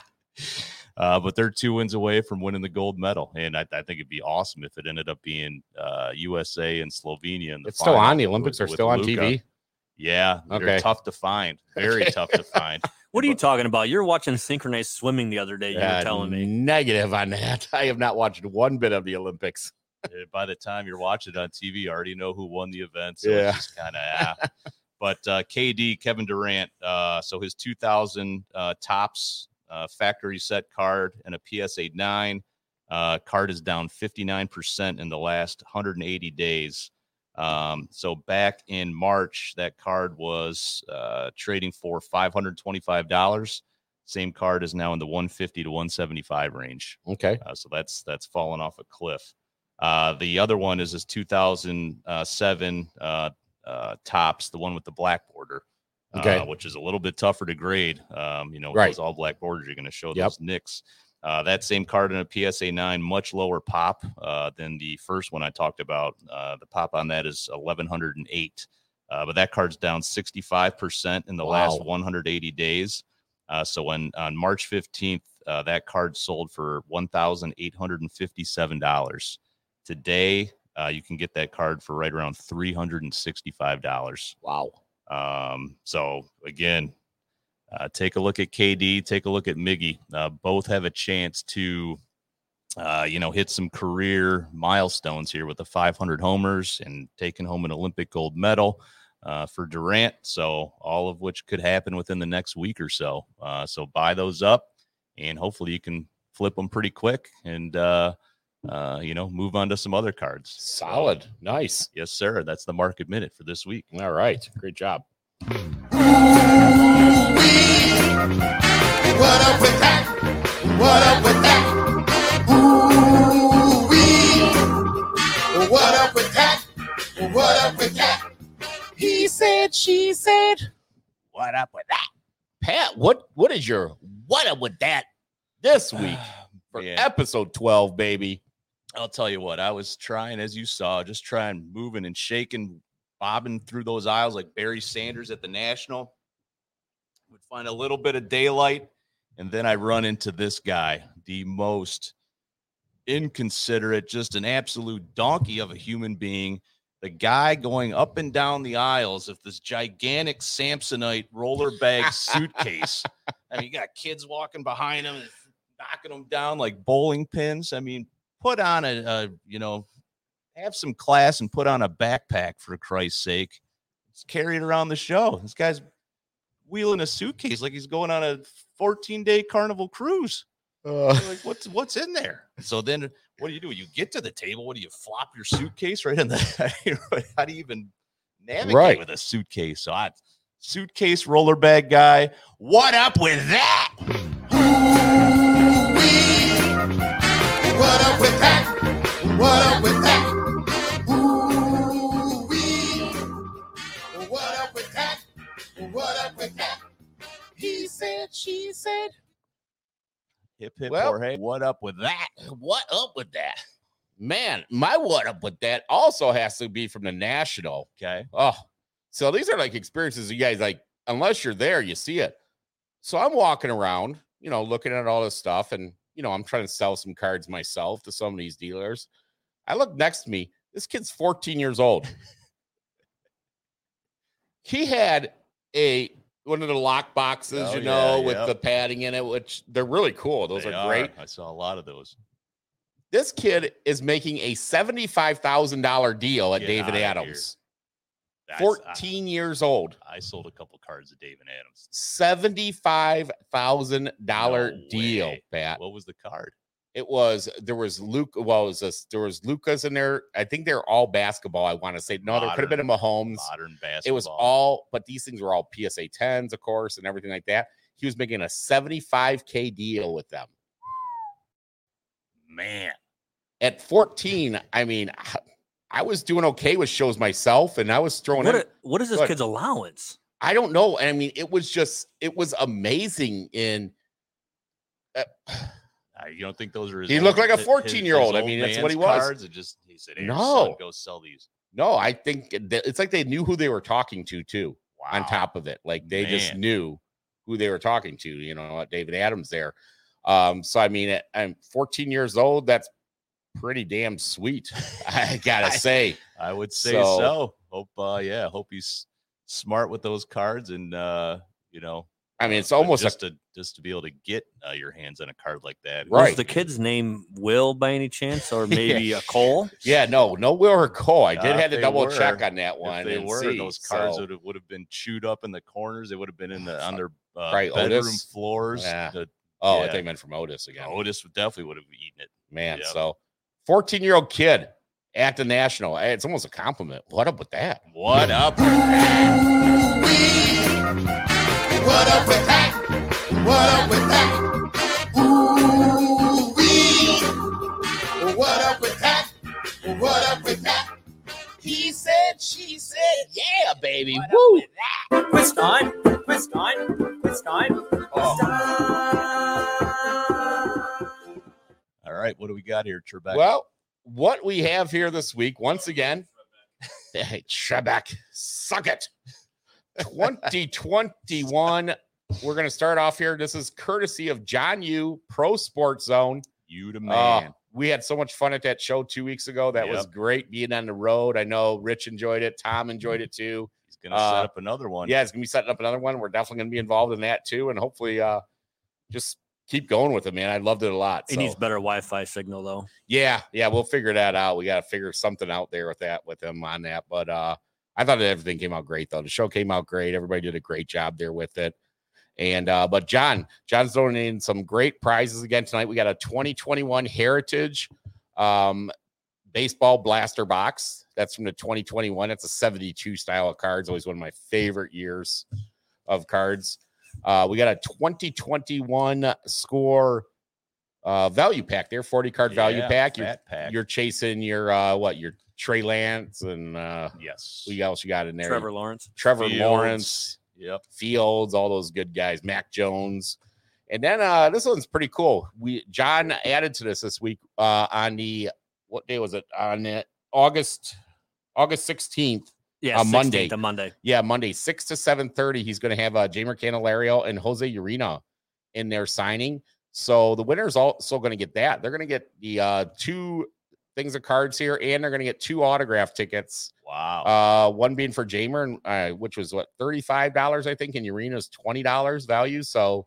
Speaker 3: Uh, but they're two wins away from winning the gold medal, and I, I think it'd be awesome if it ended up being uh, USA and Slovenia. In the
Speaker 2: it's still
Speaker 3: final
Speaker 2: on. The Olympics
Speaker 3: with-
Speaker 2: are
Speaker 3: with
Speaker 2: still on
Speaker 3: Luka.
Speaker 2: TV.
Speaker 3: Yeah,
Speaker 2: Okay.
Speaker 3: they're tough to
Speaker 2: <laughs>
Speaker 3: find. Very
Speaker 2: Okay.
Speaker 3: tough to find.
Speaker 4: What are you talking about? You're watching synchronized swimming the other day. You
Speaker 2: Uh,
Speaker 4: were telling me.
Speaker 2: Negative on that. <laughs> I have not watched one bit of the Olympics.
Speaker 3: Uh, by the time you're watching it on TV, you already know who won the event. So
Speaker 2: Yeah.
Speaker 3: it's just kind of ah. But uh, KD, Kevin Durant, uh, so his 2000 uh, tops uh, factory set card and a PSA 9 uh, card is down 59% in the last 180 days. Um, so back in March, that card was uh, trading for $525. Same card is now in the 150 to 175 range.
Speaker 2: <laughs> Okay.
Speaker 3: Uh, so that's that's fallen off a cliff. Uh, the other one is this 2007 uh, uh, tops, the one with the black border, uh,
Speaker 2: Okay.
Speaker 3: which is a little bit tougher to grade. Um, you know, with
Speaker 2: Right.
Speaker 3: those all black borders, you're going to show
Speaker 2: Yep.
Speaker 3: those nicks. Uh, that same card in a PSA 9, much lower pop uh, than the first one I talked about. Uh, the pop on that is 1108. Uh, but that card's down 65% in the last
Speaker 2: Wow.
Speaker 3: 180 days. Uh, so when on March 15th, uh, that card sold for $1,857. Today, uh, you can get that card for right around $365.
Speaker 2: Wow.
Speaker 3: Um, so again, uh, take a look at KD, take a look at Miggy. Uh, both have a chance to, uh, you know, hit some career milestones here with the 500 homers and taking home an Olympic gold medal uh, for Durant. So all of which could happen within the next week or so. Uh, so buy those up, and hopefully you can flip them pretty quick and uh, uh, you know move on to some other cards. So,
Speaker 2: Solid. Nice.
Speaker 3: yes, sir. That's the market minute for this week.
Speaker 2: All right. Great job.
Speaker 6: What up with that? What up with that? Ooh wee. What up with that? What up with that?
Speaker 2: He said, she said. What up with that? Pat, what what is your what up with that
Speaker 3: <sighs>
Speaker 2: this week for
Speaker 3: Man.
Speaker 2: episode 12, baby?
Speaker 3: I'll tell you what, I was trying, as you saw, just trying moving and shaking, bobbing through those aisles like Barry Sanders at the National. Would find a little bit of daylight, and then I run into this guy, the most inconsiderate, just an absolute donkey of a human being. The guy going up and down the aisles with this gigantic Samsonite roller bag suitcase. I mean, you got kids walking behind him and knocking them down like bowling pins. I mean, put on a, a you know have some class and put on a backpack for christ's sake Just carry it around the show this guy's wheeling a suitcase like he's going on a 14 day carnival cruise
Speaker 2: Uh,
Speaker 3: You're like what's what's in there so then what do you do you get to the table what do you flop your suitcase right in the <laughs> how do you even navigate
Speaker 2: Right.
Speaker 3: with a suitcase so i suitcase roller bag guy what up with that
Speaker 6: Ooh wee. What up with that? What up with that? Ooh wee. What up with that? What up with that? He said, she said.
Speaker 3: hip hip
Speaker 2: Well-
Speaker 3: Jorge, what up with that
Speaker 2: what up with that? Man, my what up with that also has to be from the national.
Speaker 3: okay
Speaker 2: Oh, so these are like experiences you guys like, unless you're there, you see it. So I'm walking around, you know, looking at all this stuff, and you know, I'm trying to sell some cards myself to some of these dealers. I look next to me. This kid's 14 years old. he had a one of the lock boxes,
Speaker 3: Oh,
Speaker 2: you
Speaker 3: yeah,
Speaker 2: know, with
Speaker 3: yep.
Speaker 2: the padding in it, which they're really cool. Those
Speaker 3: They
Speaker 2: are great.
Speaker 3: I saw a lot of those.
Speaker 2: This kid is making a $75,000 deal at
Speaker 3: Get
Speaker 2: David
Speaker 3: outta here. uh
Speaker 2: Adams.
Speaker 3: I s-
Speaker 2: 14 years old.
Speaker 3: I, I sold a couple cards of David Adams.
Speaker 2: $75,000
Speaker 3: No
Speaker 2: deal,
Speaker 3: way.
Speaker 2: Pat.
Speaker 3: What was the card?
Speaker 2: It was there was Luke. Well, it was this, there was Lucas in there. I think they're all basketball. I want to say no. there could have been a Mahomes.
Speaker 3: Modern
Speaker 2: It
Speaker 3: basketball.
Speaker 2: was all, but these things were all PSA tens, of course, and everything like that. He was making a seventy-five k deal with them
Speaker 3: man.
Speaker 2: at
Speaker 3: <laughs>
Speaker 2: fourteen. I mean, I- I was doing okay with shows myself, and I was throwing.
Speaker 4: What,
Speaker 2: in-
Speaker 4: a- what is
Speaker 2: Go
Speaker 4: this
Speaker 2: ahead.
Speaker 4: kid's allowance?
Speaker 2: I don't know. I mean, it was just it was amazing. In
Speaker 3: I, you don't think those are? His
Speaker 2: He looked
Speaker 3: old-
Speaker 2: like a
Speaker 3: his- his-
Speaker 2: 14-year-old.
Speaker 3: his
Speaker 2: I mean,
Speaker 3: old
Speaker 2: that's what
Speaker 3: man's
Speaker 2: he was.
Speaker 3: Cards. It just he said, "Here,
Speaker 2: No.
Speaker 3: son, go sell these."
Speaker 2: no, I think that- it's like they knew who they were talking to too.
Speaker 3: Wow.
Speaker 2: on top of it. Like they just
Speaker 3: Man.
Speaker 2: knew who they were talking to, you know, uh, David Adams there. Um, so I mean, at- I'm 14 years old. That's pretty damn sweet. <laughs> I gotta say,
Speaker 3: I would say
Speaker 2: So-
Speaker 3: so. Hope, uh, yeah, hope he's smart with those cards, and uh, you know,
Speaker 2: I mean, it's
Speaker 3: but
Speaker 2: almost like
Speaker 3: just to just to be able to get uh, your hands on a card like that.
Speaker 2: Right.
Speaker 4: Was the kid's name Will by any chance, or maybe uh, Cole?
Speaker 2: yeah, no, no Will or Cole. I did
Speaker 3: Uh,
Speaker 2: have
Speaker 3: if
Speaker 2: to
Speaker 3: they
Speaker 2: double check
Speaker 3: were-
Speaker 2: on that one.
Speaker 3: If they
Speaker 2: and
Speaker 3: were,
Speaker 2: see,
Speaker 3: those cards
Speaker 2: so-
Speaker 3: would have would have been chewed up in the corners. They would have been in the on their uh,
Speaker 2: Probably
Speaker 3: bedroom
Speaker 2: Otis.
Speaker 3: floors.
Speaker 2: Yeah.
Speaker 3: The,
Speaker 2: oh, I
Speaker 3: yeah. Oh,
Speaker 2: think I meant from Otis again.
Speaker 3: Otis would definitely would have eaten it.
Speaker 2: Man,
Speaker 3: yeah.
Speaker 2: so 14 year old kid at the national. Hey, It's almost a compliment. What up with that?
Speaker 3: What
Speaker 2: <laughs>
Speaker 3: up?
Speaker 6: What up with that? What up with that? Ooh wee. What up with that? What up with that?
Speaker 2: He said, she said, yeah, baby. Woo!
Speaker 7: Quiz time! Quiz time! Quiz time!
Speaker 3: All right, what do we got here, Trebek?
Speaker 2: Well, what we have here this week, once again, <laughs> hey, Trebek, suck <laughs> it. 2021. We're going to start off here. This is courtesy of John U, Pro Sports Zone.
Speaker 3: you to
Speaker 2: Uh,
Speaker 3: man.
Speaker 2: we had so much fun at that show two weeks ago. That was
Speaker 3: Yep.
Speaker 2: great being on the road. I know Rich enjoyed it. Tom enjoyed it too.
Speaker 3: he's gonna
Speaker 2: uh,
Speaker 3: set up another one.
Speaker 2: Yeah, it's gonna be setting up another one. We're definitely gonna be involved in that too, and hopefully, uh, just keep going with it, man. I loved it a lot.
Speaker 4: It needs better Wi-Fi signal though.
Speaker 2: Yeah, yeah, we'll figure that out. We got to figure something out there with that, with them on that. But uh, I thought that everything came out great though. The show came out great. Everybody did a great job there with it. And uh, but John, John's donating some great prizes again tonight. We got a 2021 Heritage um, baseball blaster box. That's from the 2021. That's a 72 style of cards. Always one of my favorite years of cards. Uh, we got a 2021 score uh, value pack there, 40 card value
Speaker 3: Yeah,
Speaker 2: pack. You're,
Speaker 3: fat pack.
Speaker 2: you're chasing your uh, what? Your Trey Lance and uh,
Speaker 3: yes.
Speaker 2: who else you got in there?
Speaker 4: Trevor Lawrence.
Speaker 2: Trevor
Speaker 3: Fields.
Speaker 2: Lawrence.
Speaker 3: Yep.
Speaker 2: Fields, all those good guys, Mac Jones. And then uh this one's pretty cool. We John added to this this week uh on the what day was it? On the August August 16th.
Speaker 4: Yeah,
Speaker 2: on Monday.
Speaker 4: 16th, on Uh, Monday.
Speaker 2: Yeah, Monday, 6 to 7 30. He's gonna have uh Jamer Candelario and Jose Urina in their signing. So the winner's also gonna get that. They're gonna get the uh two things of cards here, and they're gonna get two autograph tickets.
Speaker 3: Wow.
Speaker 2: Uh, one being for Jamer, and uh, which was what thirty-five dollars, I think, and Urena's twenty dollars value. So,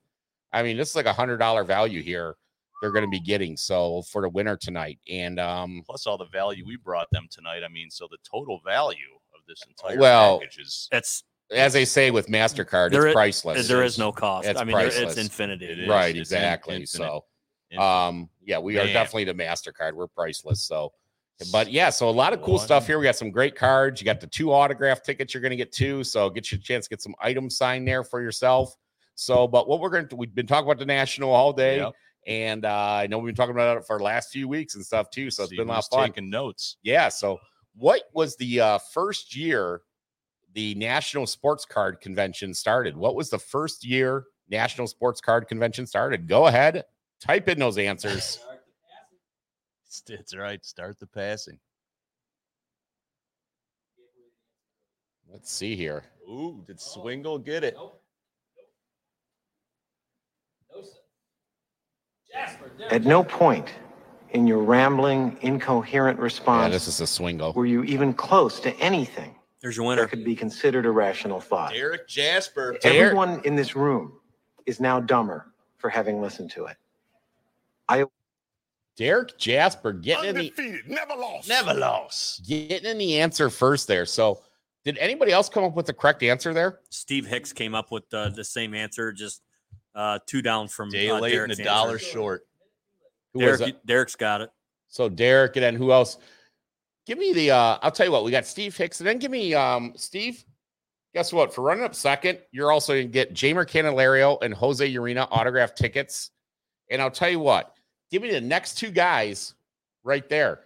Speaker 2: I mean, this is like a hundred dollar value here. They're going to be getting so for the winner tonight, and um,
Speaker 3: plus all the value we brought them tonight. I mean, so the total value of this entire
Speaker 2: Well,
Speaker 3: package is
Speaker 4: That's
Speaker 2: as they say with Mastercard,
Speaker 4: There
Speaker 2: it's
Speaker 4: i-
Speaker 2: priceless.
Speaker 4: there is no cost.
Speaker 2: It's
Speaker 4: I mean, there, it's
Speaker 2: priceless.
Speaker 4: infinity.
Speaker 3: It is.
Speaker 2: right,
Speaker 3: it's in-
Speaker 2: exactly.
Speaker 3: infinite.
Speaker 2: so,
Speaker 3: infinite.
Speaker 2: um, yeah, we are
Speaker 3: Man.
Speaker 2: definitely the Mastercard. We're priceless. So, but yeah, so a lot of cool stuff
Speaker 3: One.
Speaker 2: here. We got some great cards. You got the two autograph tickets you're going to get two. So get your chance to get some items signed there for yourself. So, but what we're going to, we've been talking about the national all day.
Speaker 3: Yep.
Speaker 2: And uh, I know we've been talking about it for the last few weeks and stuff too. So it's
Speaker 3: See
Speaker 2: been a lot
Speaker 3: who's
Speaker 2: of fun.
Speaker 3: Taking notes. <laughs>
Speaker 2: Yeah. So what was the uh, first year the National Sports Card Convention started? What was the first year National Sports Card Convention started? Go ahead, type in those answers.
Speaker 3: It's, it's all right. Start the passing.
Speaker 2: Let's see here.
Speaker 3: Ooh, did Swingle get it?
Speaker 8: At no point in your rambling, incoherent
Speaker 2: Yeah,
Speaker 8: response
Speaker 2: this is a swingle.
Speaker 8: were you even close to anything
Speaker 4: There's your
Speaker 8: that
Speaker 4: winner.
Speaker 8: could be considered a rational thought.
Speaker 3: Derek Jasper.
Speaker 2: Dare-
Speaker 8: Everyone in this room is now dumber for having listened to it.
Speaker 2: Derek Jasper getting in the
Speaker 6: Undefeated, never lost.
Speaker 3: Never lost.
Speaker 2: getting in the answer first there. So, did anybody else come up with the correct answer there?
Speaker 4: Steve Hicks came up with uh, the same answer, just uh, two down from
Speaker 3: Day
Speaker 4: uh,
Speaker 3: late and a
Speaker 4: Derek's
Speaker 3: dollar
Speaker 4: answer.
Speaker 3: short.
Speaker 2: Who was
Speaker 4: Derek,
Speaker 2: it?
Speaker 4: Derek's got it.
Speaker 2: So Derek and then who else? Give me the uh I'll tell you what, we got Steve Hicks and then give me um Steve. Guess what? For running up second, you're also gonna get Jamer Candelario and Jose Urena autographed tickets. And I'll tell you what, give me the next two guys right there.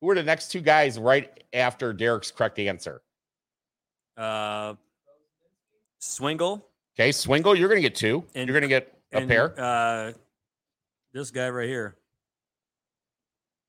Speaker 2: Who are the next two guys right after Derek's correct answer?
Speaker 4: Uh, Swingle
Speaker 2: Okay, Swingle, you're gonna get two.
Speaker 4: And-
Speaker 2: you're gonna get a
Speaker 4: and
Speaker 2: pair.
Speaker 4: Uh, this guy right here.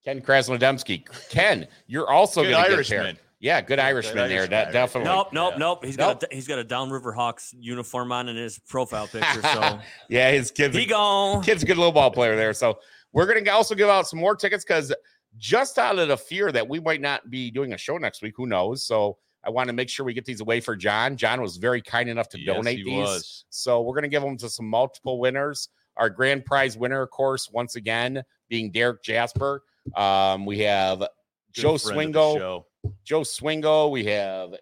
Speaker 2: Ken Krasnodemski. Ken, you're also
Speaker 3: Good
Speaker 2: gonna get a
Speaker 3: Irishman.
Speaker 2: pair. Yeah, good Irishman there.
Speaker 3: Irishman,
Speaker 2: that
Speaker 3: Irishman.
Speaker 2: definitely.
Speaker 4: Nope, nope,
Speaker 3: Yeah.
Speaker 4: nope. He's
Speaker 2: Oh, Nope.
Speaker 4: got a, he's got a Downriver Hawks uniform on in his profile picture. So
Speaker 2: Yeah, his kids.
Speaker 4: he gone.
Speaker 2: kid's a good little ball player there. So we're gonna also give out some more tickets because just out of the fear that we might not be doing a show next week, who knows? So I want to make sure we get these away for John. John was very kind enough to
Speaker 3: Yes,
Speaker 2: donate
Speaker 3: he
Speaker 2: these.
Speaker 3: was.
Speaker 2: So we're gonna give them to some multiple winners. Our grand prize winner, of course, once again being Derek Jasper. Um, we have
Speaker 3: Good
Speaker 2: Joe
Speaker 3: friend of the
Speaker 2: Swingo.
Speaker 3: show.
Speaker 2: Joe Swingo. We have,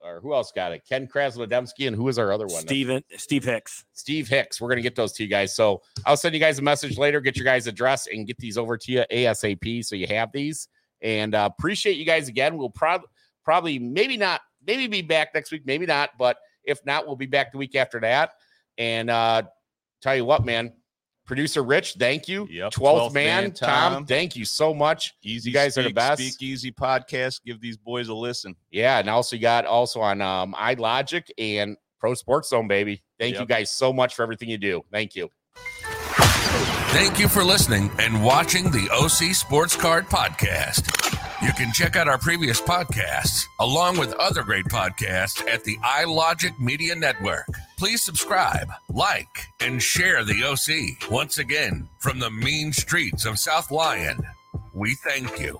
Speaker 2: or who else got it? Ken Krasnodemski, and who is our other one?
Speaker 4: Steven Steve Hicks.
Speaker 2: Steve Hicks. We're going to get those to you guys. So I'll send you guys a message later, get your guys' address, and get these over to you ASAP so you have these. And uh, appreciate you guys again. We'll probably, probably, maybe not, maybe be back next week, maybe not. But if not, we'll be back the week after that. And uh, tell you what, man, producer Rich, thank you.
Speaker 3: Yep,
Speaker 2: 12th, man, Tom,
Speaker 3: Tom.
Speaker 2: thank you so much.
Speaker 3: Easy
Speaker 2: You guys are the
Speaker 3: Speak,
Speaker 2: best.
Speaker 3: Speakeasy podcast. Give these boys a listen.
Speaker 2: Yeah, and also you got also on um, iLogic and Pro Sports Zone, baby. Thank you
Speaker 3: Yep.
Speaker 2: guys so much for everything you do. Thank you.
Speaker 1: Thank you for listening and watching the OC Sports Card Podcast. You can check out our previous podcasts, along with other great podcasts, at the iLogic Media Network. Please subscribe, like, and share the OC. Once again, from the mean streets of South Lyon, we thank you.